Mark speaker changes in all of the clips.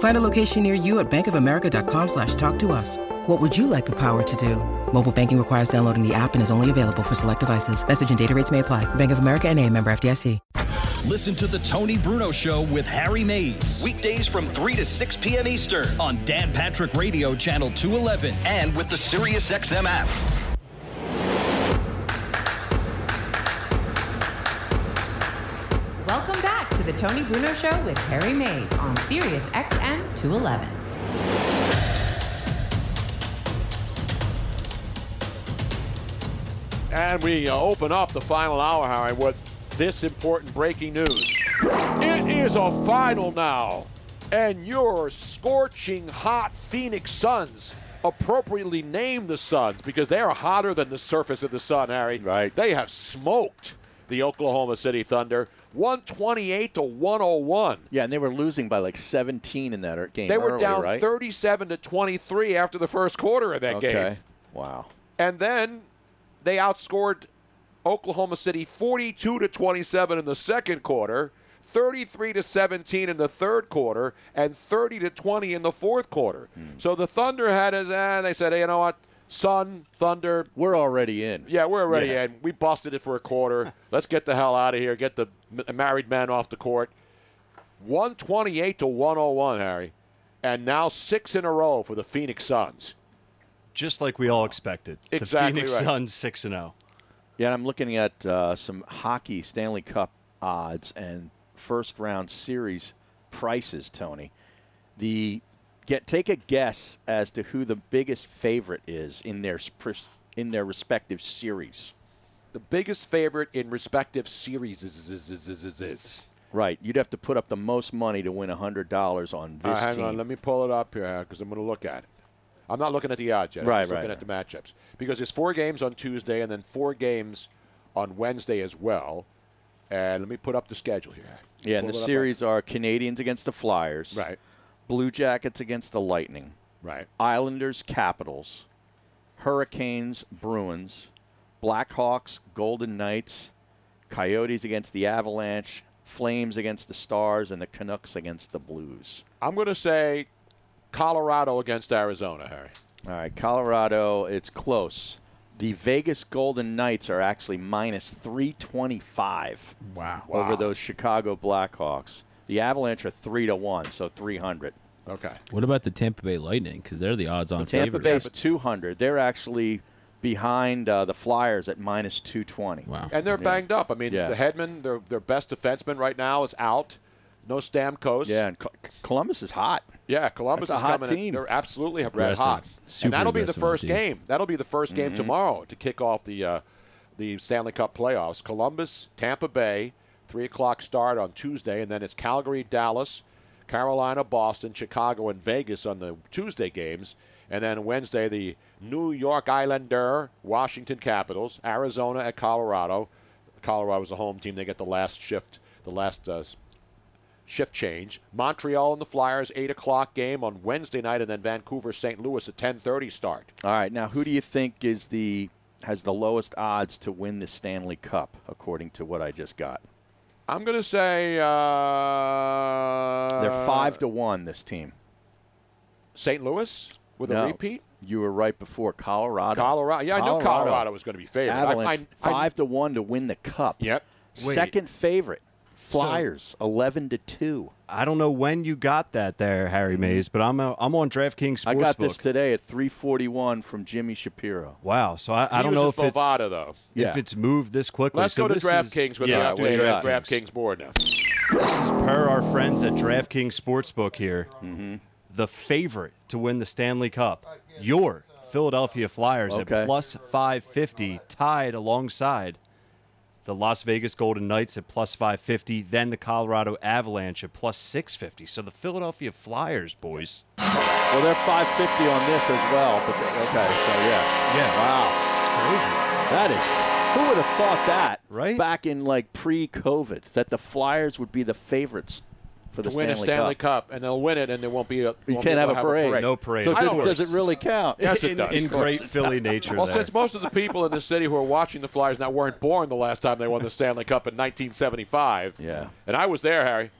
Speaker 1: Find a location near you at bankofamerica.com slash talk to us. What would you like the power to do? Mobile banking requires downloading the app and is only available for select devices. Message and data rates may apply. Bank of America and a member FDIC.
Speaker 2: Listen to The Tony Bruno Show with Harry Mays. Weekdays from 3 to 6 p.m. Eastern on Dan Patrick Radio, Channel 211, and with the SiriusXM app.
Speaker 3: Welcome back to the Tony Bruno Show with Harry Mays on Sirius XM 211.
Speaker 4: And we uh, open up the final hour, Harry, with this important breaking news. It is a final now, and your scorching hot Phoenix Suns, appropriately named the Suns because they are hotter than the surface of the sun, Harry. Right. They have smoked the Oklahoma City Thunder 128 to 101.
Speaker 5: Yeah, and they were losing by like 17 in that er- game.
Speaker 4: They were
Speaker 5: early,
Speaker 4: down
Speaker 5: right?
Speaker 4: 37 to 23 after the first quarter of that
Speaker 5: Okay.
Speaker 4: game.
Speaker 5: Wow.
Speaker 4: And then they outscored Oklahoma City 42 to 27 in the second quarter, 33 to 17 in the third quarter, and 30 to 20 in the fourth quarter.
Speaker 5: Hmm.
Speaker 4: So the Thunder had us, and they said, hey, you know what? Sun, Thunder,
Speaker 5: We're already in.
Speaker 4: yeah, we're already
Speaker 5: Yeah.
Speaker 4: in. We busted it for a quarter. Let's get the hell out of here. Get the m- married man off the court. 128 to 101, Harry. And now six in a row for the Phoenix Suns.
Speaker 6: Just like we all expected.
Speaker 4: Exactly
Speaker 6: the Phoenix
Speaker 4: right.
Speaker 6: Suns 6 and oh. 0.
Speaker 5: Yeah, and I'm looking at uh, some hockey Stanley Cup odds and first round series prices, Tony. The get take a guess as to who the biggest favorite is in their spr- in their respective series.
Speaker 4: The biggest favorite in respective series is. is, is, is, is, is.
Speaker 5: Right, you'd have to put up the most money to win hundred dollars on
Speaker 4: All
Speaker 5: this
Speaker 4: right, hang
Speaker 5: team.
Speaker 4: on, let me pull it up here because I'm going to look at it. I'm not looking at the odds yet. I'm
Speaker 5: Right,
Speaker 4: just looking
Speaker 5: right,
Speaker 4: at the matchups because there's four games on Tuesday and then four games on Wednesday as well. And let me put up the schedule here.
Speaker 5: yeah, and the
Speaker 4: Pull it up.
Speaker 5: series are Canadians against the Flyers,
Speaker 4: Right,
Speaker 5: Blue Jackets against the Lightning,
Speaker 4: right.
Speaker 5: Islanders, Capitals, Hurricanes, Bruins, Blackhawks, Golden Knights, Coyotes against the Avalanche, Flames against the Stars, and the Canucks against the Blues.
Speaker 4: I'm going to say Colorado against Arizona, Harry.
Speaker 5: All right, Colorado, it's close. The Vegas Golden Knights are actually minus 325
Speaker 4: Wow.
Speaker 5: over those Chicago Blackhawks. The Avalanche are 3 to 1, so 300.
Speaker 4: Okay.
Speaker 7: What about the Tampa Bay Lightning? Because they're the odds-on
Speaker 5: Tampa
Speaker 7: favorite.
Speaker 5: Bay's 200. They're actually behind uh, the Flyers at minus 220.
Speaker 7: Wow.
Speaker 4: And they're banged up. I mean,
Speaker 5: Yeah.
Speaker 4: the headman, their, their best defenseman right now is out. No Stamkos.
Speaker 5: Yeah, and Col- Columbus is hot.
Speaker 4: Yeah, Columbus
Speaker 5: That's a
Speaker 4: is
Speaker 5: hot
Speaker 4: coming. in.
Speaker 5: team.
Speaker 4: They're absolutely red
Speaker 7: Aggressive.
Speaker 4: hot, and
Speaker 7: Super
Speaker 4: that'll be the
Speaker 7: aggressive on
Speaker 4: first
Speaker 7: the team.
Speaker 4: game. That'll be the 1st game tomorrow to kick off the uh, the Stanley Cup playoffs. Columbus, Tampa Bay, three o'clock start on Tuesday, and then it's Calgary, Dallas, Carolina, Boston, Chicago, and Vegas on the Tuesday games, and then Wednesday the New York Islander, Washington Capitals, Arizona at Colorado. Colorado is the home team. They get the last shift, the last uh, shift change. Montreal and the Flyers, eight o'clock game on Wednesday night, and then Vancouver, St. Louis at ten thirty start.
Speaker 5: All right, now who do you think is the has the lowest odds to win the Stanley Cup according to what I just got?
Speaker 4: I'm gonna say uh,
Speaker 5: They're five to one. This team.
Speaker 4: St. Louis with
Speaker 5: No,
Speaker 4: a repeat.
Speaker 5: You were right before Colorado.
Speaker 4: Colorado. Yeah, I knew Colorado was going to be favored. I-
Speaker 5: Avalanche
Speaker 4: I- I-
Speaker 5: five to one to win the cup.
Speaker 4: Yep.
Speaker 6: Wait.
Speaker 5: Second favorite Flyers eleven to two.
Speaker 6: I don't know when you got that there, Harry
Speaker 4: Mm-hmm.
Speaker 6: Mays, but I'm i I'm on DraftKings Sportsbook.
Speaker 5: I got this today at three forty one from Jimmy Shapiro.
Speaker 6: Wow. So I, I
Speaker 4: He
Speaker 6: don't know
Speaker 4: uses
Speaker 6: if it's
Speaker 4: Bovada, though.
Speaker 5: Yeah.
Speaker 6: if it's moved this quickly.
Speaker 4: Let's
Speaker 6: So
Speaker 4: go to
Speaker 6: this is-
Speaker 4: DraftKings with
Speaker 6: yeah,
Speaker 4: our
Speaker 6: let's do
Speaker 4: with our
Speaker 6: DraftKings.
Speaker 4: DraftKings board now.
Speaker 6: This is per our friends at DraftKings Sportsbook here.
Speaker 5: Mm-hmm.
Speaker 6: The favorite to win the Stanley Cup, your Philadelphia Flyers
Speaker 5: Okay.
Speaker 6: at plus 550, tied alongside the Las Vegas Golden Knights at plus 550, then the Colorado Avalanche at plus 650. So the Philadelphia Flyers, boys.
Speaker 5: Well, they're five fifty on this as well. But they- okay, so yeah,
Speaker 6: Yeah,
Speaker 5: wow,
Speaker 6: it's crazy.
Speaker 5: that is. Who would have thought that?
Speaker 6: Right?
Speaker 5: back in like pre-COVID, that the Flyers would be the favorites for the
Speaker 4: To win
Speaker 5: Stanley,
Speaker 4: a Stanley Cup. and they'll win it, and there won't be a.
Speaker 5: You can't
Speaker 4: won't be-
Speaker 5: have
Speaker 4: we'll
Speaker 5: a parade.
Speaker 6: No parade.
Speaker 5: So
Speaker 6: Of
Speaker 5: does, does
Speaker 4: course.
Speaker 5: it really count?
Speaker 4: Yes, it
Speaker 6: in,
Speaker 4: does.
Speaker 6: in great Philly nature.
Speaker 4: Well,
Speaker 6: there.
Speaker 4: since most of the people in the city who are watching the Flyers now weren't born the last time they won the Stanley Cup in 1975.
Speaker 5: Yeah.
Speaker 4: And I was there, Harry.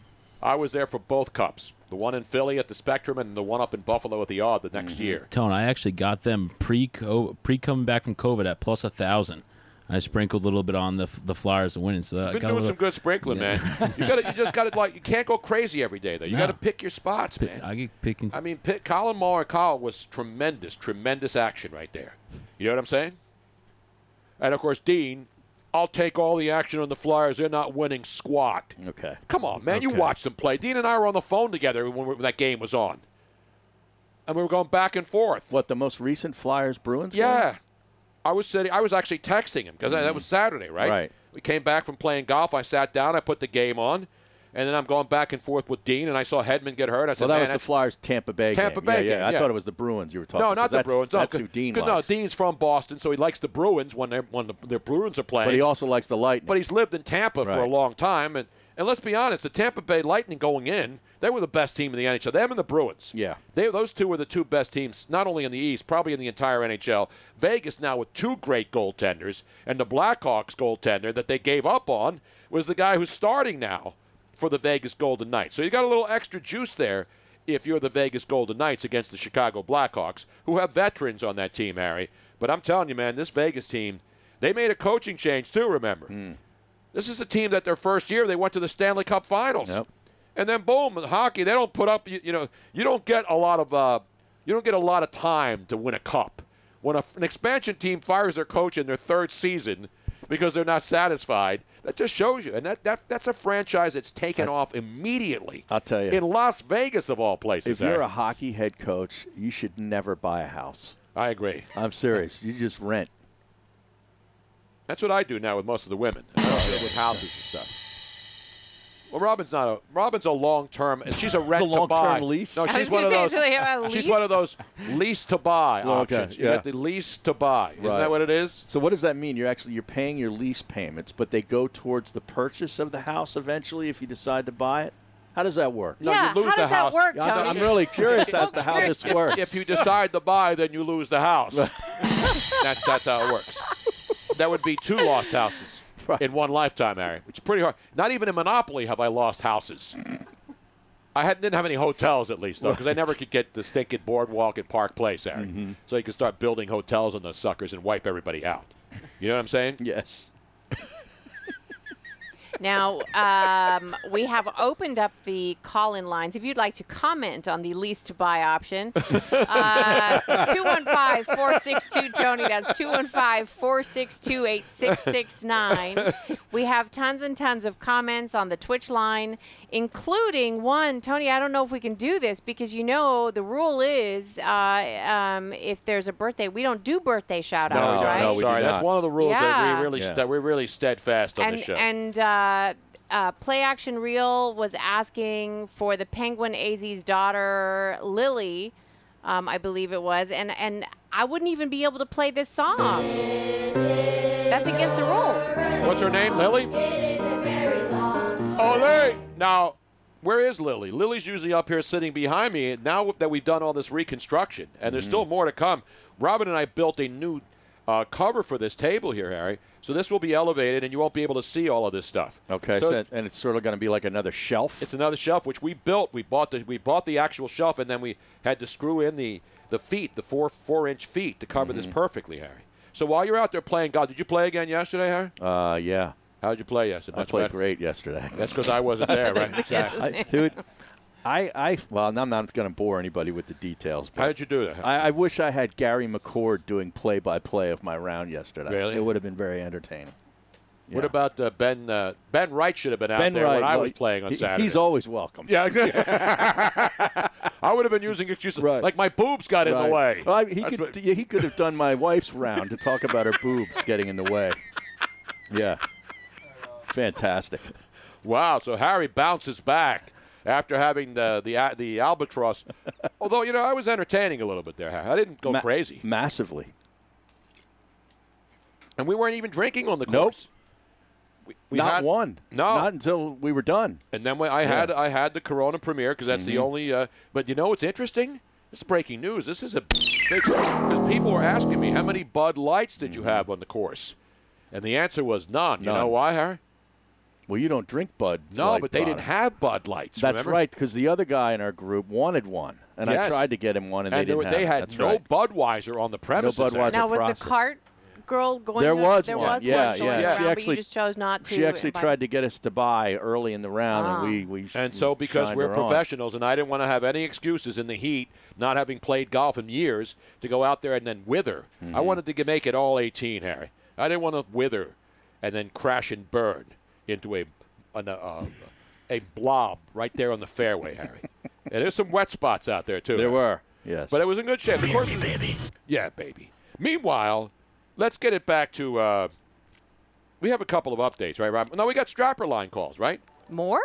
Speaker 4: I was there for both cups the one in Philly at the Spectrum and the one up in Buffalo at the Odd the next
Speaker 5: Mm-hmm.
Speaker 4: year.
Speaker 7: Tone, I actually got them pre pre coming back from COVID at plus a thousand. I sprinkled a little bit on the the Flyers and winning, so that
Speaker 4: Been
Speaker 7: got a
Speaker 4: doing
Speaker 7: little-
Speaker 4: some good sprinkling,
Speaker 7: uh, Yeah.
Speaker 4: man. You got to you just got to like you can't go crazy every day though. You
Speaker 7: No.
Speaker 4: got to pick your spots, man.
Speaker 7: I get picking.
Speaker 4: I mean, Pitt, Colin Moore and Kyle was tremendous, tremendous action right there. You know what I'm saying? And of course, Dean, I'll take all the action on the Flyers. They're not winning squat.
Speaker 5: Okay.
Speaker 4: Come on, man. You watched them play. Dean and I were on the phone together when, we, when that game was on, and we were going back and forth.
Speaker 5: What the most recent Flyers Bruins? game?
Speaker 4: Yeah, I was sitting. I was actually texting him because that was Saturday, right?
Speaker 5: Mm. Right.
Speaker 4: We came back from playing golf. I sat down. I put the game on, and then I'm going back and forth with Dean. And I saw Hedman get hurt. I
Speaker 5: Well,
Speaker 4: said,
Speaker 5: that
Speaker 4: "Man,
Speaker 5: was the
Speaker 4: that's-
Speaker 5: Flyers Tampa Bay.
Speaker 4: Tampa
Speaker 5: game.
Speaker 4: Bay
Speaker 5: Yeah, yeah.
Speaker 4: game,
Speaker 5: I
Speaker 4: yeah.
Speaker 5: thought it was the Bruins you were talking.
Speaker 4: No,
Speaker 5: about,
Speaker 4: not
Speaker 5: 'cause
Speaker 4: the
Speaker 5: that's-
Speaker 4: Bruins. No,
Speaker 5: That's who
Speaker 4: good-
Speaker 5: Dean
Speaker 4: good-
Speaker 5: likes.
Speaker 4: No, Dean's from Boston, so he likes the Bruins when they're when the, the Bruins are playing.
Speaker 5: but he also likes the Lightning.
Speaker 4: But he's lived in Tampa for a
Speaker 5: Right.
Speaker 4: long time, and and let's be honest, the Tampa Bay Lightning going in, they were the best team in the NHL. Them and the Bruins.
Speaker 5: Yeah.
Speaker 4: they those two were the two best teams, not only in the East, probably in the entire NHL. Vegas now with two great goaltenders, and the Blackhawks goaltender that they gave up on was the guy who's starting now for the Vegas Golden Knights. So you got a little extra juice there. If you're the Vegas Golden Knights against the Chicago Blackhawks, who have veterans on that team, Harry. But I'm telling you, man, this Vegas team, they made a coaching change too, remember?
Speaker 5: Hmm.
Speaker 4: This is a team that their first year they went to the Stanley Cup Finals,
Speaker 5: Yep.
Speaker 4: and then boom, hockey. They don't put up. You, you know, you don't get a lot of uh, you don't get a lot of time to win a cup when a, an expansion team fires their coach in their third season because they're not satisfied. That just shows you, and that, that that's a franchise that's taken off immediately.
Speaker 5: I'll tell you.
Speaker 4: in Las Vegas of all places.
Speaker 5: if you're
Speaker 4: Eric.
Speaker 5: a hockey head coach, you should never buy a house.
Speaker 4: I agree.
Speaker 5: I'm serious. You just rent.
Speaker 4: That's what I do now with most of the women. I don't deal with houses and stuff. Well, Robin's not a Robin's a long term, and she's a rent to
Speaker 5: long-term
Speaker 4: buy.
Speaker 5: lease?
Speaker 4: No,
Speaker 5: I
Speaker 4: she's
Speaker 8: was
Speaker 4: one of
Speaker 8: gonna say,
Speaker 4: those.
Speaker 8: so they have a
Speaker 4: she's
Speaker 8: lease?
Speaker 4: one of those lease to buy
Speaker 5: Well, okay,
Speaker 4: options. You
Speaker 5: yeah.
Speaker 4: get the lease to buy. Isn't
Speaker 5: Right.
Speaker 4: that what it is?
Speaker 5: So what does that mean? You're actually you're paying your lease payments, but they go towards the purchase of the house eventually if you decide to buy it. How does that work?
Speaker 4: No, you
Speaker 8: yeah,
Speaker 4: lose
Speaker 8: how
Speaker 4: the
Speaker 8: does
Speaker 4: house.
Speaker 8: that work,
Speaker 5: I'm,
Speaker 8: Tony?
Speaker 5: I'm really curious as to how this works.
Speaker 4: If you decide to buy, then you lose the house. that's that's how it works. That would be two lost houses in one lifetime, Harry. Which is pretty hard. Not even in Monopoly have I lost houses. I had, didn't have any hotels, at least, though, because I never could get the stinking boardwalk at Park Place, Harry.
Speaker 5: Mm-hmm.
Speaker 4: So you could start building hotels on those suckers and wipe everybody out. You know what I'm saying?
Speaker 5: yes.
Speaker 8: Now, um, we have opened up the call in lines. If you'd like to comment on the lease to buy option, uh, 215 462 Tony. That's 215 462 8669. We have tons and tons of comments on the Twitch line, including one, Tony, I don't know if we can do this because you know the rule is uh, um, if there's a birthday, we don't do birthday shout outs,
Speaker 5: no,
Speaker 8: right?
Speaker 5: no, we do
Speaker 4: Sorry, that's
Speaker 5: not.
Speaker 4: one of the rules that
Speaker 8: Yeah.
Speaker 4: we really
Speaker 5: Yeah.
Speaker 4: that we're really steadfast on
Speaker 8: and,
Speaker 4: this show.
Speaker 8: And uh, uh, Play Action Reel was asking for the Penguin AZ's daughter, Lily, um, I believe it was, and and I wouldn't even be able to play this song. That's against the rules.
Speaker 4: What's her name? Lily? Ole! Now, where is Lily? Lily's usually up here sitting behind me. And Now that we've done all this reconstruction, and
Speaker 5: Mm-hmm.
Speaker 4: there's still more to come, Robin and I built a new uh, cover for this table here, Harry. So this will be elevated, and you won't be able to see all of this stuff.
Speaker 5: Okay.
Speaker 4: So
Speaker 5: So, and it's sort of going to be like another shelf.
Speaker 4: it's another shelf which we built. We bought the we bought the actual shelf, and then we had to screw in the the feet, the four four inch
Speaker 5: Mm-hmm.
Speaker 4: feet, to cover this perfectly, Harry. So while you're out there playing God, did you play again yesterday, Harry?
Speaker 5: uh, yeah.
Speaker 4: How'd you play yesterday?
Speaker 5: I
Speaker 4: Much
Speaker 5: played
Speaker 4: better?
Speaker 5: great yesterday.
Speaker 4: That's because I wasn't there, right? Exactly.
Speaker 5: I, dude, I, I, well, I'm not going to bore anybody with the details. But
Speaker 4: How'd you do that?
Speaker 5: I, I wish I had Gary McCord doing play-by-play of my round yesterday.
Speaker 4: Really?
Speaker 5: It would have been very entertaining.
Speaker 4: What about uh, Ben? Uh, ben Wright should have been out
Speaker 5: ben
Speaker 4: there
Speaker 5: Wright,
Speaker 4: when I
Speaker 5: well,
Speaker 4: was playing on
Speaker 5: he-
Speaker 4: Saturday.
Speaker 5: He's always welcome.
Speaker 4: yeah, exactly. I would have been using excuses
Speaker 5: Right.
Speaker 4: like my boobs got in the
Speaker 5: Right.
Speaker 4: way.
Speaker 5: Well, I- he
Speaker 4: That's
Speaker 5: could
Speaker 4: what-
Speaker 5: yeah, he could have done my wife's round to talk about her boobs getting in the way. Yeah. Fantastic.
Speaker 4: Wow! So Harry bounces back after having the the a- the albatross. Although you know, I was entertaining a little bit there. Harry. I didn't go
Speaker 5: Ma-
Speaker 4: crazy,
Speaker 5: Massively.
Speaker 4: and we weren't even drinking on the
Speaker 5: Nope.
Speaker 4: course. We, we
Speaker 5: Not
Speaker 4: had-
Speaker 5: one.
Speaker 4: No.
Speaker 5: Not until we were done. Mm-hmm.
Speaker 4: And then when I had I had the Corona premiere because that's the only. Uh, but you know what's interesting? This is breaking news. This is a big because people were asking me how many Bud Lights did you have on the course, and the answer was none. You know
Speaker 5: Mm-hmm. None.
Speaker 4: why, Harry?
Speaker 5: Well, you don't drink Bud.
Speaker 4: No,
Speaker 5: Light
Speaker 4: but they didn't
Speaker 5: product.
Speaker 4: have Bud Lights.
Speaker 5: That's
Speaker 4: remember?
Speaker 5: right, because the other guy in our group wanted one, and I
Speaker 4: Yes.
Speaker 5: tried to get him one, and,
Speaker 4: And
Speaker 5: they
Speaker 4: they,
Speaker 5: didn't
Speaker 4: were-
Speaker 5: have
Speaker 4: they
Speaker 5: it.
Speaker 4: had
Speaker 5: That's
Speaker 4: no
Speaker 5: right.
Speaker 4: Budweiser on the premises.
Speaker 5: Budweiser.
Speaker 4: actually.
Speaker 8: Now, was
Speaker 5: process.
Speaker 8: the cart girl going?
Speaker 5: There
Speaker 8: to-
Speaker 5: was
Speaker 8: there
Speaker 5: one.
Speaker 8: Was
Speaker 5: yeah,
Speaker 8: one
Speaker 5: yeah.
Speaker 8: going
Speaker 5: She
Speaker 8: around,
Speaker 5: actually,
Speaker 8: but you just chose not to. Oh.
Speaker 5: She actually
Speaker 8: invite-
Speaker 5: tried to get us to buy early in the round, and we we.
Speaker 4: And
Speaker 5: we
Speaker 4: so, because
Speaker 5: shined
Speaker 4: we're
Speaker 5: her on.
Speaker 4: professionals, and I didn't want to have any excuses in the heat, not having played golf in years, to go out there and then wither.
Speaker 5: Mm-hmm.
Speaker 4: I wanted to g- make it all 18, Harry. I didn't want to wither and then crash and burn into a an, uh, uh, a blob right there on the fairway, Harry. and there's some wet spots out there too.
Speaker 5: there
Speaker 4: Harry.
Speaker 5: were yes,
Speaker 4: but it was in good shape. Of course, baby. Yeah, baby. Meanwhile, let's get it back to. Uh, we have a couple of updates, right, Rob? No, we got strapper line calls, right?
Speaker 8: more.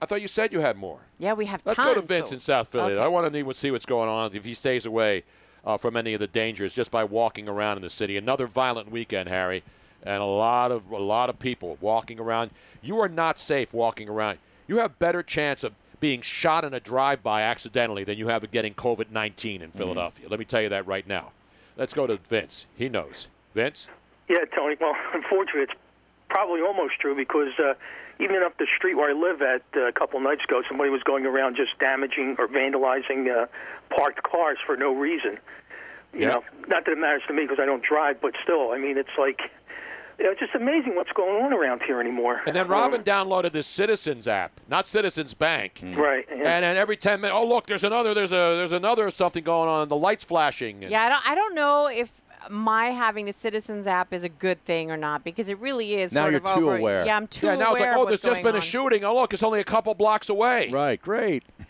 Speaker 4: I thought you said you had more.
Speaker 8: Yeah, we have
Speaker 4: Let's
Speaker 8: time.
Speaker 4: go to Vince in South Philly. I want to see what's going on if he stays away uh, from any of the dangers just by walking around in the city. Another violent weekend, Harry, and a lot of a lot of people walking around. You are not safe walking around. You have better chance of being shot in a drive-by accidentally than you have of getting COVID-19 in Philadelphia. Let me tell you that right now. Let's go to Vince. He knows. Vince.
Speaker 9: Yeah, Tony. Well, unfortunately, it's probably almost true because uh, even up the street where I live at uh, a couple nights ago, somebody was going around just damaging or vandalizing uh, parked cars for no reason. You
Speaker 4: Yeah.
Speaker 9: know, not that it matters to me because I don't drive, but still, I mean, it's like you know, it's just amazing what's going on around here anymore.
Speaker 4: And then Robin downloaded this Citizens app, not Citizens Bank.
Speaker 9: Mm. Right, yeah.
Speaker 4: And then every ten minutes, oh look, there's another, there's a, there's another something going on. The lights flashing. And
Speaker 8: Yeah, I don't. I don't know if my having the Citizens app is a good thing or not because it really is.
Speaker 5: Now
Speaker 8: sort
Speaker 5: you're
Speaker 8: of
Speaker 5: too
Speaker 8: over-
Speaker 5: aware.
Speaker 8: Yeah, I'm too
Speaker 4: Yeah,
Speaker 8: aware.
Speaker 4: now it's like,
Speaker 8: of
Speaker 4: oh,
Speaker 8: what's
Speaker 4: there's just
Speaker 8: going
Speaker 4: been a
Speaker 8: on.
Speaker 4: shooting. Oh look, it's only a couple blocks away.
Speaker 5: right, great.
Speaker 9: Um,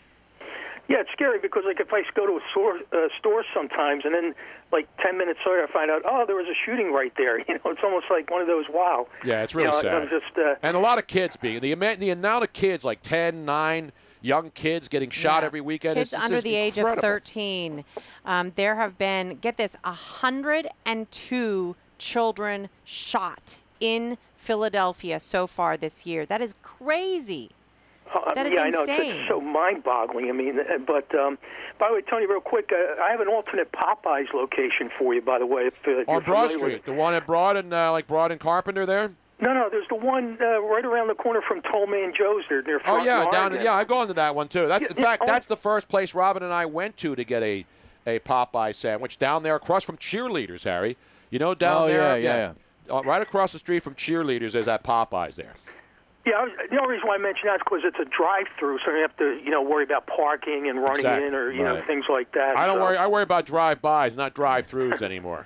Speaker 9: Yeah, it's scary because like if I go to a store, uh, store sometimes, and then like ten minutes later I find out, oh, there was a shooting right there. You know, it's almost like one of those wow.
Speaker 4: Yeah, it's
Speaker 9: You
Speaker 4: really
Speaker 9: know,
Speaker 4: sad.
Speaker 9: I'm just uh,
Speaker 4: and a lot of kids being the ama- the amount of kids like 10, 9, young kids getting shot
Speaker 8: Yeah.
Speaker 4: every weekend.
Speaker 8: Kids
Speaker 4: is, this
Speaker 8: under
Speaker 4: is
Speaker 8: the age
Speaker 4: incredible.
Speaker 8: of 13. Um, there have been, get this, 102 children shot in Philadelphia so far this year. That is crazy.
Speaker 9: Uh,
Speaker 8: That is
Speaker 9: yeah, I know. It's,
Speaker 8: insane.
Speaker 9: it's so mind-boggling. I mean, uh, but um, by the way, Tony, real quick, uh, I have an alternate Popeyes location for you. By the way, if, uh, if you're
Speaker 4: On Broad
Speaker 9: familiar with-
Speaker 4: Street, the one at Broad and uh, like Broad and Carpenter there.
Speaker 9: No, no, there's the one uh, right around the corner from Tollman Joe's. There, there.
Speaker 4: Oh yeah, down yeah, I've gone to that one too. That's in
Speaker 9: Yeah,
Speaker 4: fact
Speaker 9: oh.
Speaker 4: that's the first place Robin and I went to to get a a Popeye sandwich down there across from cheerleaders, Harry. You know down
Speaker 5: Oh,
Speaker 4: there,
Speaker 5: yeah, yeah,
Speaker 4: Uh, right across the street from cheerleaders, there's that Popeyes there.
Speaker 9: Yeah, I was, the only reason why I mention that is because it's a drive-through, so you have to, you know, worry about parking and running
Speaker 4: Exactly,
Speaker 9: in or you know
Speaker 4: right.
Speaker 9: things like that.
Speaker 4: I don't
Speaker 9: so.
Speaker 4: worry. I worry about drive-bys, not drive-throughs anymore.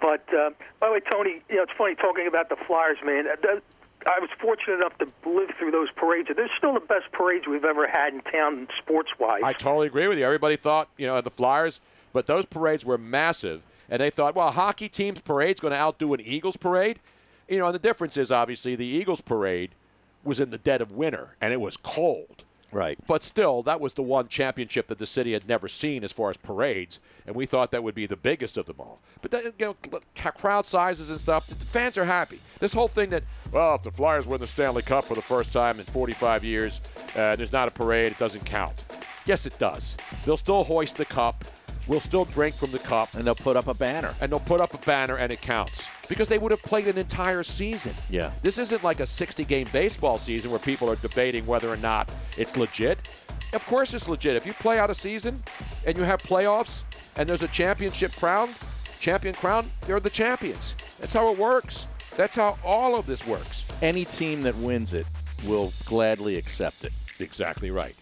Speaker 9: But uh, by the way, Tony, you know it's funny talking about the Flyers, man. Uh, that- I was fortunate enough to live through those parades. They're still the best parades we've ever had in town, sports-wise.
Speaker 4: I totally agree with you. Everybody thought, you know, the Flyers, but those parades were massive, and they thought, well, a hockey team's parade's going to outdo an Eagles parade. You know, and the difference is obviously the Eagles parade was in the dead of winter and it was cold.
Speaker 5: Right.
Speaker 4: But still, that was the one championship that the city had never seen as far as parades, and we thought that would be the biggest of them all. But that, you know, c- c- crowd sizes and stuff, the fans are happy. This whole thing that, well, if the Flyers win the Stanley Cup for the first time in 45 years, uh, there's not a parade, it doesn't count. Yes, it does. They'll still hoist the cup. We'll still drink from the cup
Speaker 5: And they'll put up a banner.
Speaker 4: and they'll put up a banner and it counts because they would have played an entire season.
Speaker 5: Yeah.
Speaker 4: This isn't like a 60 game baseball season where people are debating whether or not it's legit. Of course it's legit. If you play out a season and you have playoffs and there's a championship crown, champion crown, they're the champions. That's how it works. That's how all of this works.
Speaker 5: any team that wins it will gladly accept it.
Speaker 4: Exactly right.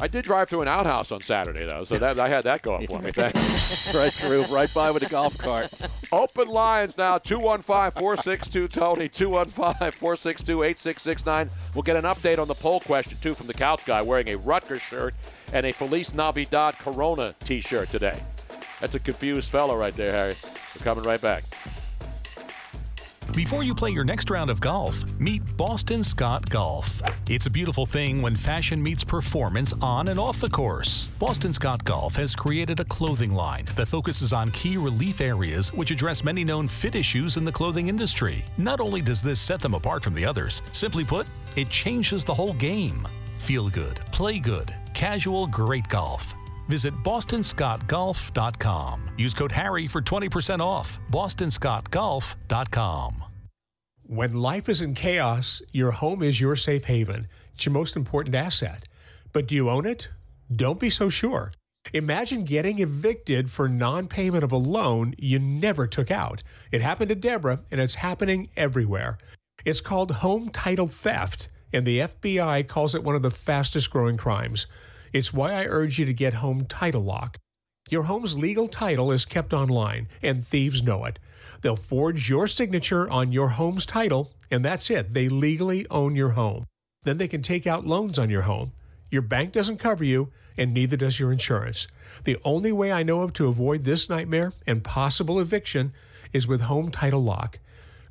Speaker 4: I did drive through an outhouse on Saturday, though, so that I had that going for me. Thanks.
Speaker 5: right through, right by with a golf cart.
Speaker 4: Open lines now 215 462 Tony, 215 462 8669. We'll get an update on the poll question, too, from the couch guy wearing a Rutgers shirt and a Feliz Navidad Corona t shirt today. That's a confused fella right there, Harry. We're coming right back.
Speaker 10: Before you play your next round of golf, meet Boston Scott Golf. It's a beautiful thing when fashion meets performance on and off the course. Boston Scott Golf has created a clothing line that focuses on key relief areas which address many known fit issues in the clothing industry. Not only does this set them apart from the others, simply put, it changes the whole game. Feel good, play good, casual, great golf. Visit bostonscottgolf.com. Use code HARRY for 20% off. bostonscottgolf.com.
Speaker 11: When life is in chaos, your home is your safe haven. It's your most important asset. But do you own it? Don't be so sure. Imagine getting evicted for non payment of a loan you never took out. It happened to Deborah, and it's happening everywhere. It's called home title theft, and the FBI calls it one of the fastest growing crimes. It's why I urge you to get Home Title Lock. Your home's legal title is kept online, and thieves know it. They'll forge your signature on your home's title, and that's it. They legally own your home. Then they can take out loans on your home. Your bank doesn't cover you, and neither does your insurance. The only way I know of to avoid this nightmare and possible eviction is with Home Title Lock.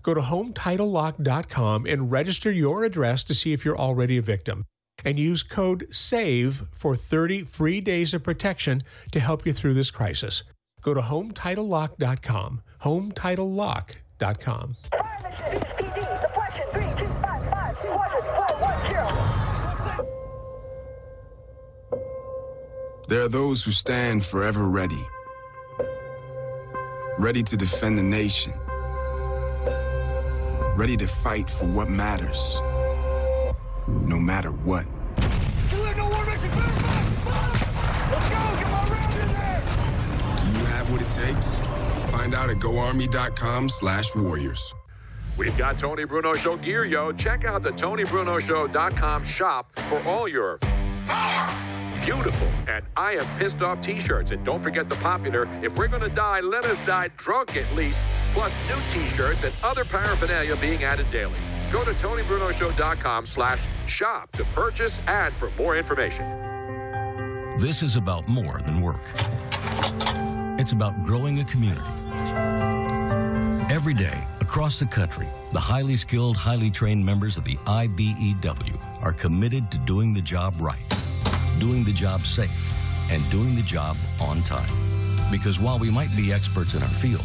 Speaker 11: Go to HometitleLock.com and register your address to see if you're already a victim and use code SAVE for 30 free days of protection to help you through this crisis. Go to HometitleLock.com, HometitleLock.com.
Speaker 12: There are those who stand forever ready, ready to defend the nation, ready to fight for what matters, no matter what. Do you have what it takes? Find out at goarmy.com slash warriors.
Speaker 4: We've got Tony Bruno Show gear, yo. Check out the TonyBrunoShow.com shop for all your beautiful and I am pissed off t shirts. And don't forget the popular If We're Gonna Die, Let Us Die Drunk at least, plus new t shirts and other paraphernalia being added daily. Go to TonyBrunoShow.com slash shop to purchase and for more information.
Speaker 13: This is about more than work. It's about growing a community. Every day, across the country, the highly skilled, highly trained members of the IBEW are committed to doing the job right, doing the job safe, and doing the job on time. Because while we might be experts in our field,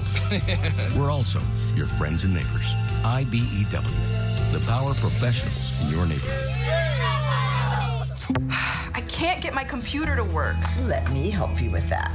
Speaker 13: we're also your friends and neighbors. IBEW, the power professionals in your neighborhood.
Speaker 14: I can't get my computer to work.
Speaker 15: Let me help you with that.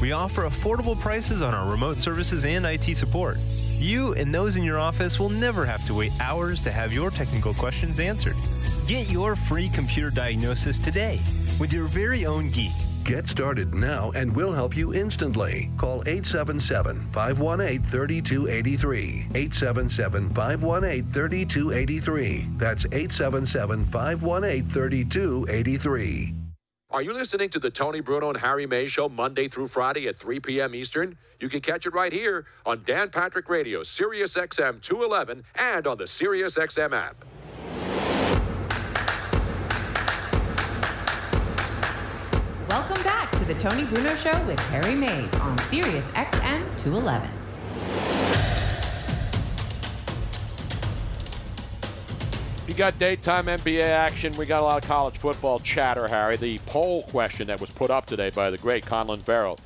Speaker 16: We offer affordable prices on our remote services and IT support. You and those in your office will never have to wait hours to have your technical questions answered. Get your free computer diagnosis today with your very own geek.
Speaker 17: Get started now and we'll help you instantly. Call 877 518 3283. 877 518 3283. That's 877 518 3283.
Speaker 4: Are you listening to the Tony Bruno and Harry May Show Monday through Friday at 3 p.m. Eastern? You can catch it right here on Dan Patrick Radio, Sirius XM 211, and on the Sirius XM app.
Speaker 3: Welcome back to the Tony Bruno Show with Harry Mays on Sirius XM 211.
Speaker 4: You got daytime NBA action. We got a lot of college football chatter, Harry. The poll question that was put up today by the great Conlon Farrell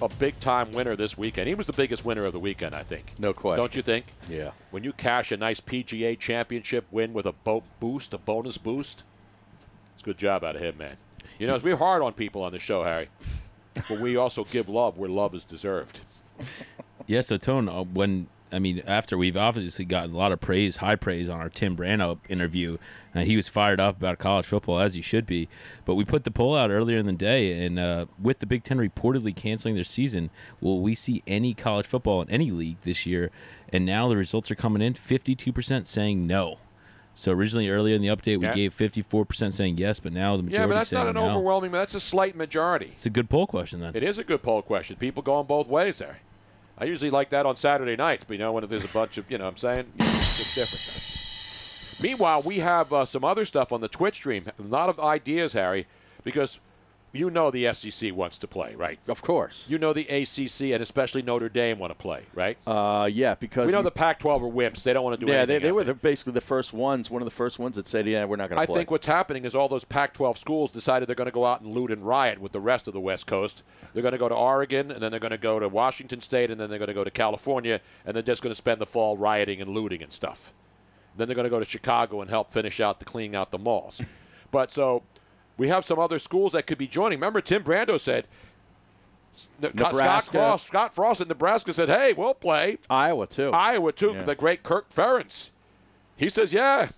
Speaker 4: a big time winner this weekend. He was the biggest winner of the weekend, I think.
Speaker 5: No question.
Speaker 4: Don't you think?
Speaker 5: Yeah.
Speaker 4: When you cash a nice PGA championship win with a boat boost, a bonus boost, it's a good job out of him, man. You know, we're hard on people on the show, Harry, but we also give love where love is deserved.
Speaker 7: Yeah, so Tone, uh, when I mean, after we've obviously got a lot of praise, high praise on our Tim Brano interview, and he was fired up about college football as he should be. But we put the poll out earlier in the day, and uh, with the Big Ten reportedly canceling their season, will we see any college football in any league this year? And now the results are coming in: fifty-two percent saying no. So originally, earlier in the update, we
Speaker 4: Yeah.
Speaker 7: gave fifty-four percent saying yes, but now the majority
Speaker 4: yeah, but that's
Speaker 7: say
Speaker 4: not an
Speaker 7: no.
Speaker 4: overwhelming. That's a slight majority.
Speaker 7: It's a good poll question then.
Speaker 4: It is a good poll question. People going both ways there. I usually like that on Saturday nights, but you know when there's a bunch of you know what I'm saying it's different. Meanwhile, we have uh, some other stuff on the Twitch stream. A lot of ideas, Harry, because you know the SEC wants to play, right?
Speaker 5: Of course.
Speaker 4: You know the ACC and especially Notre Dame want to play, right?
Speaker 5: Uh, yeah, because
Speaker 4: we know
Speaker 5: you-
Speaker 4: the Pac-12 are wimps. They don't want to do
Speaker 5: yeah, they,
Speaker 4: anything.
Speaker 5: they
Speaker 4: else.
Speaker 5: were the, basically the first ones, one of the first ones that said, yeah, we're not going
Speaker 4: I
Speaker 5: to play.
Speaker 4: think what's happening is all those Pac-12 schools decided they're going to go out and loot and riot with the rest of the West Coast. They're going to go to Oregon, and then they're going to go to Washington State, and then they're going to go to California, and they're just going to spend the fall rioting and looting and stuff. Then they're going to go to Chicago and help finish out the cleaning out the malls. but so we have some other schools that could be joining. Remember, Tim Brando said. S- Scott
Speaker 5: Nebraska.
Speaker 4: Frost, Scott Frost in Nebraska said, "Hey, we'll play."
Speaker 5: Iowa too.
Speaker 4: Iowa too.
Speaker 5: Yeah.
Speaker 4: The great Kirk Ferentz. He says, "Yeah,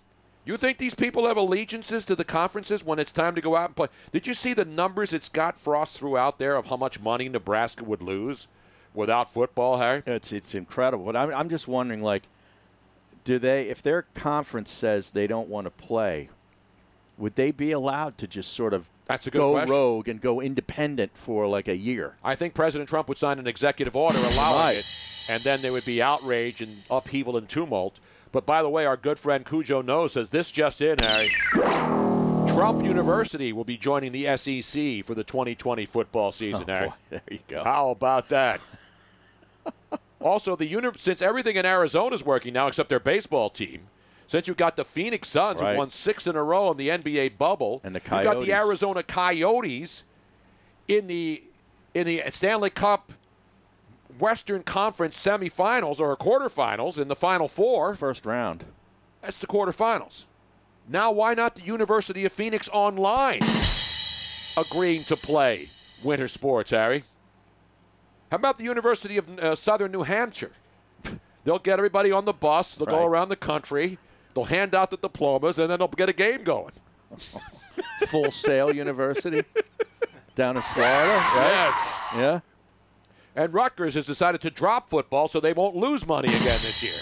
Speaker 4: you think these people have allegiances to the conferences when it's time to go out and play? Did you see the numbers that Scott Frost threw out there of how much money Nebraska would lose without football, Harry?"
Speaker 5: It's it's incredible. But I'm I'm just wondering, like, do they if their conference says they don't want to play, would they be allowed to just sort of
Speaker 4: That's a good
Speaker 5: go
Speaker 4: question.
Speaker 5: rogue and go independent for like a year?
Speaker 4: I think President Trump would sign an executive order allowing it, and then there would be outrage and upheaval and tumult. But by the way, our good friend Cujo knows says this just in, Harry. Trump University will be joining the SEC for the 2020 football season,
Speaker 5: Oh,
Speaker 4: Harry.
Speaker 5: boy. There you go.
Speaker 4: How about that? also, the uni- since everything in Arizona is working now except their baseball team, since you've got the Phoenix Suns
Speaker 5: Right.
Speaker 4: who won six in a row in the NBA bubble, and the you've got the
Speaker 5: Coyotes.
Speaker 4: Arizona Coyotes in the in the Stanley Cup Western Conference semifinals or quarterfinals in the Final Four.
Speaker 5: First round.
Speaker 4: That's the quarterfinals. Now, why not the University of Phoenix online agreeing to play winter sports, Harry? How about the University of uh, Southern New Hampshire? They'll get everybody on the bus. They'll go
Speaker 5: Right.
Speaker 4: around the country. They'll hand out the diplomas, and then they'll get a game going.
Speaker 5: Full Sail University down in Florida. Right?
Speaker 4: Yes.
Speaker 5: Yeah.
Speaker 4: And Rutgers has decided to drop football so they won't lose money again this year.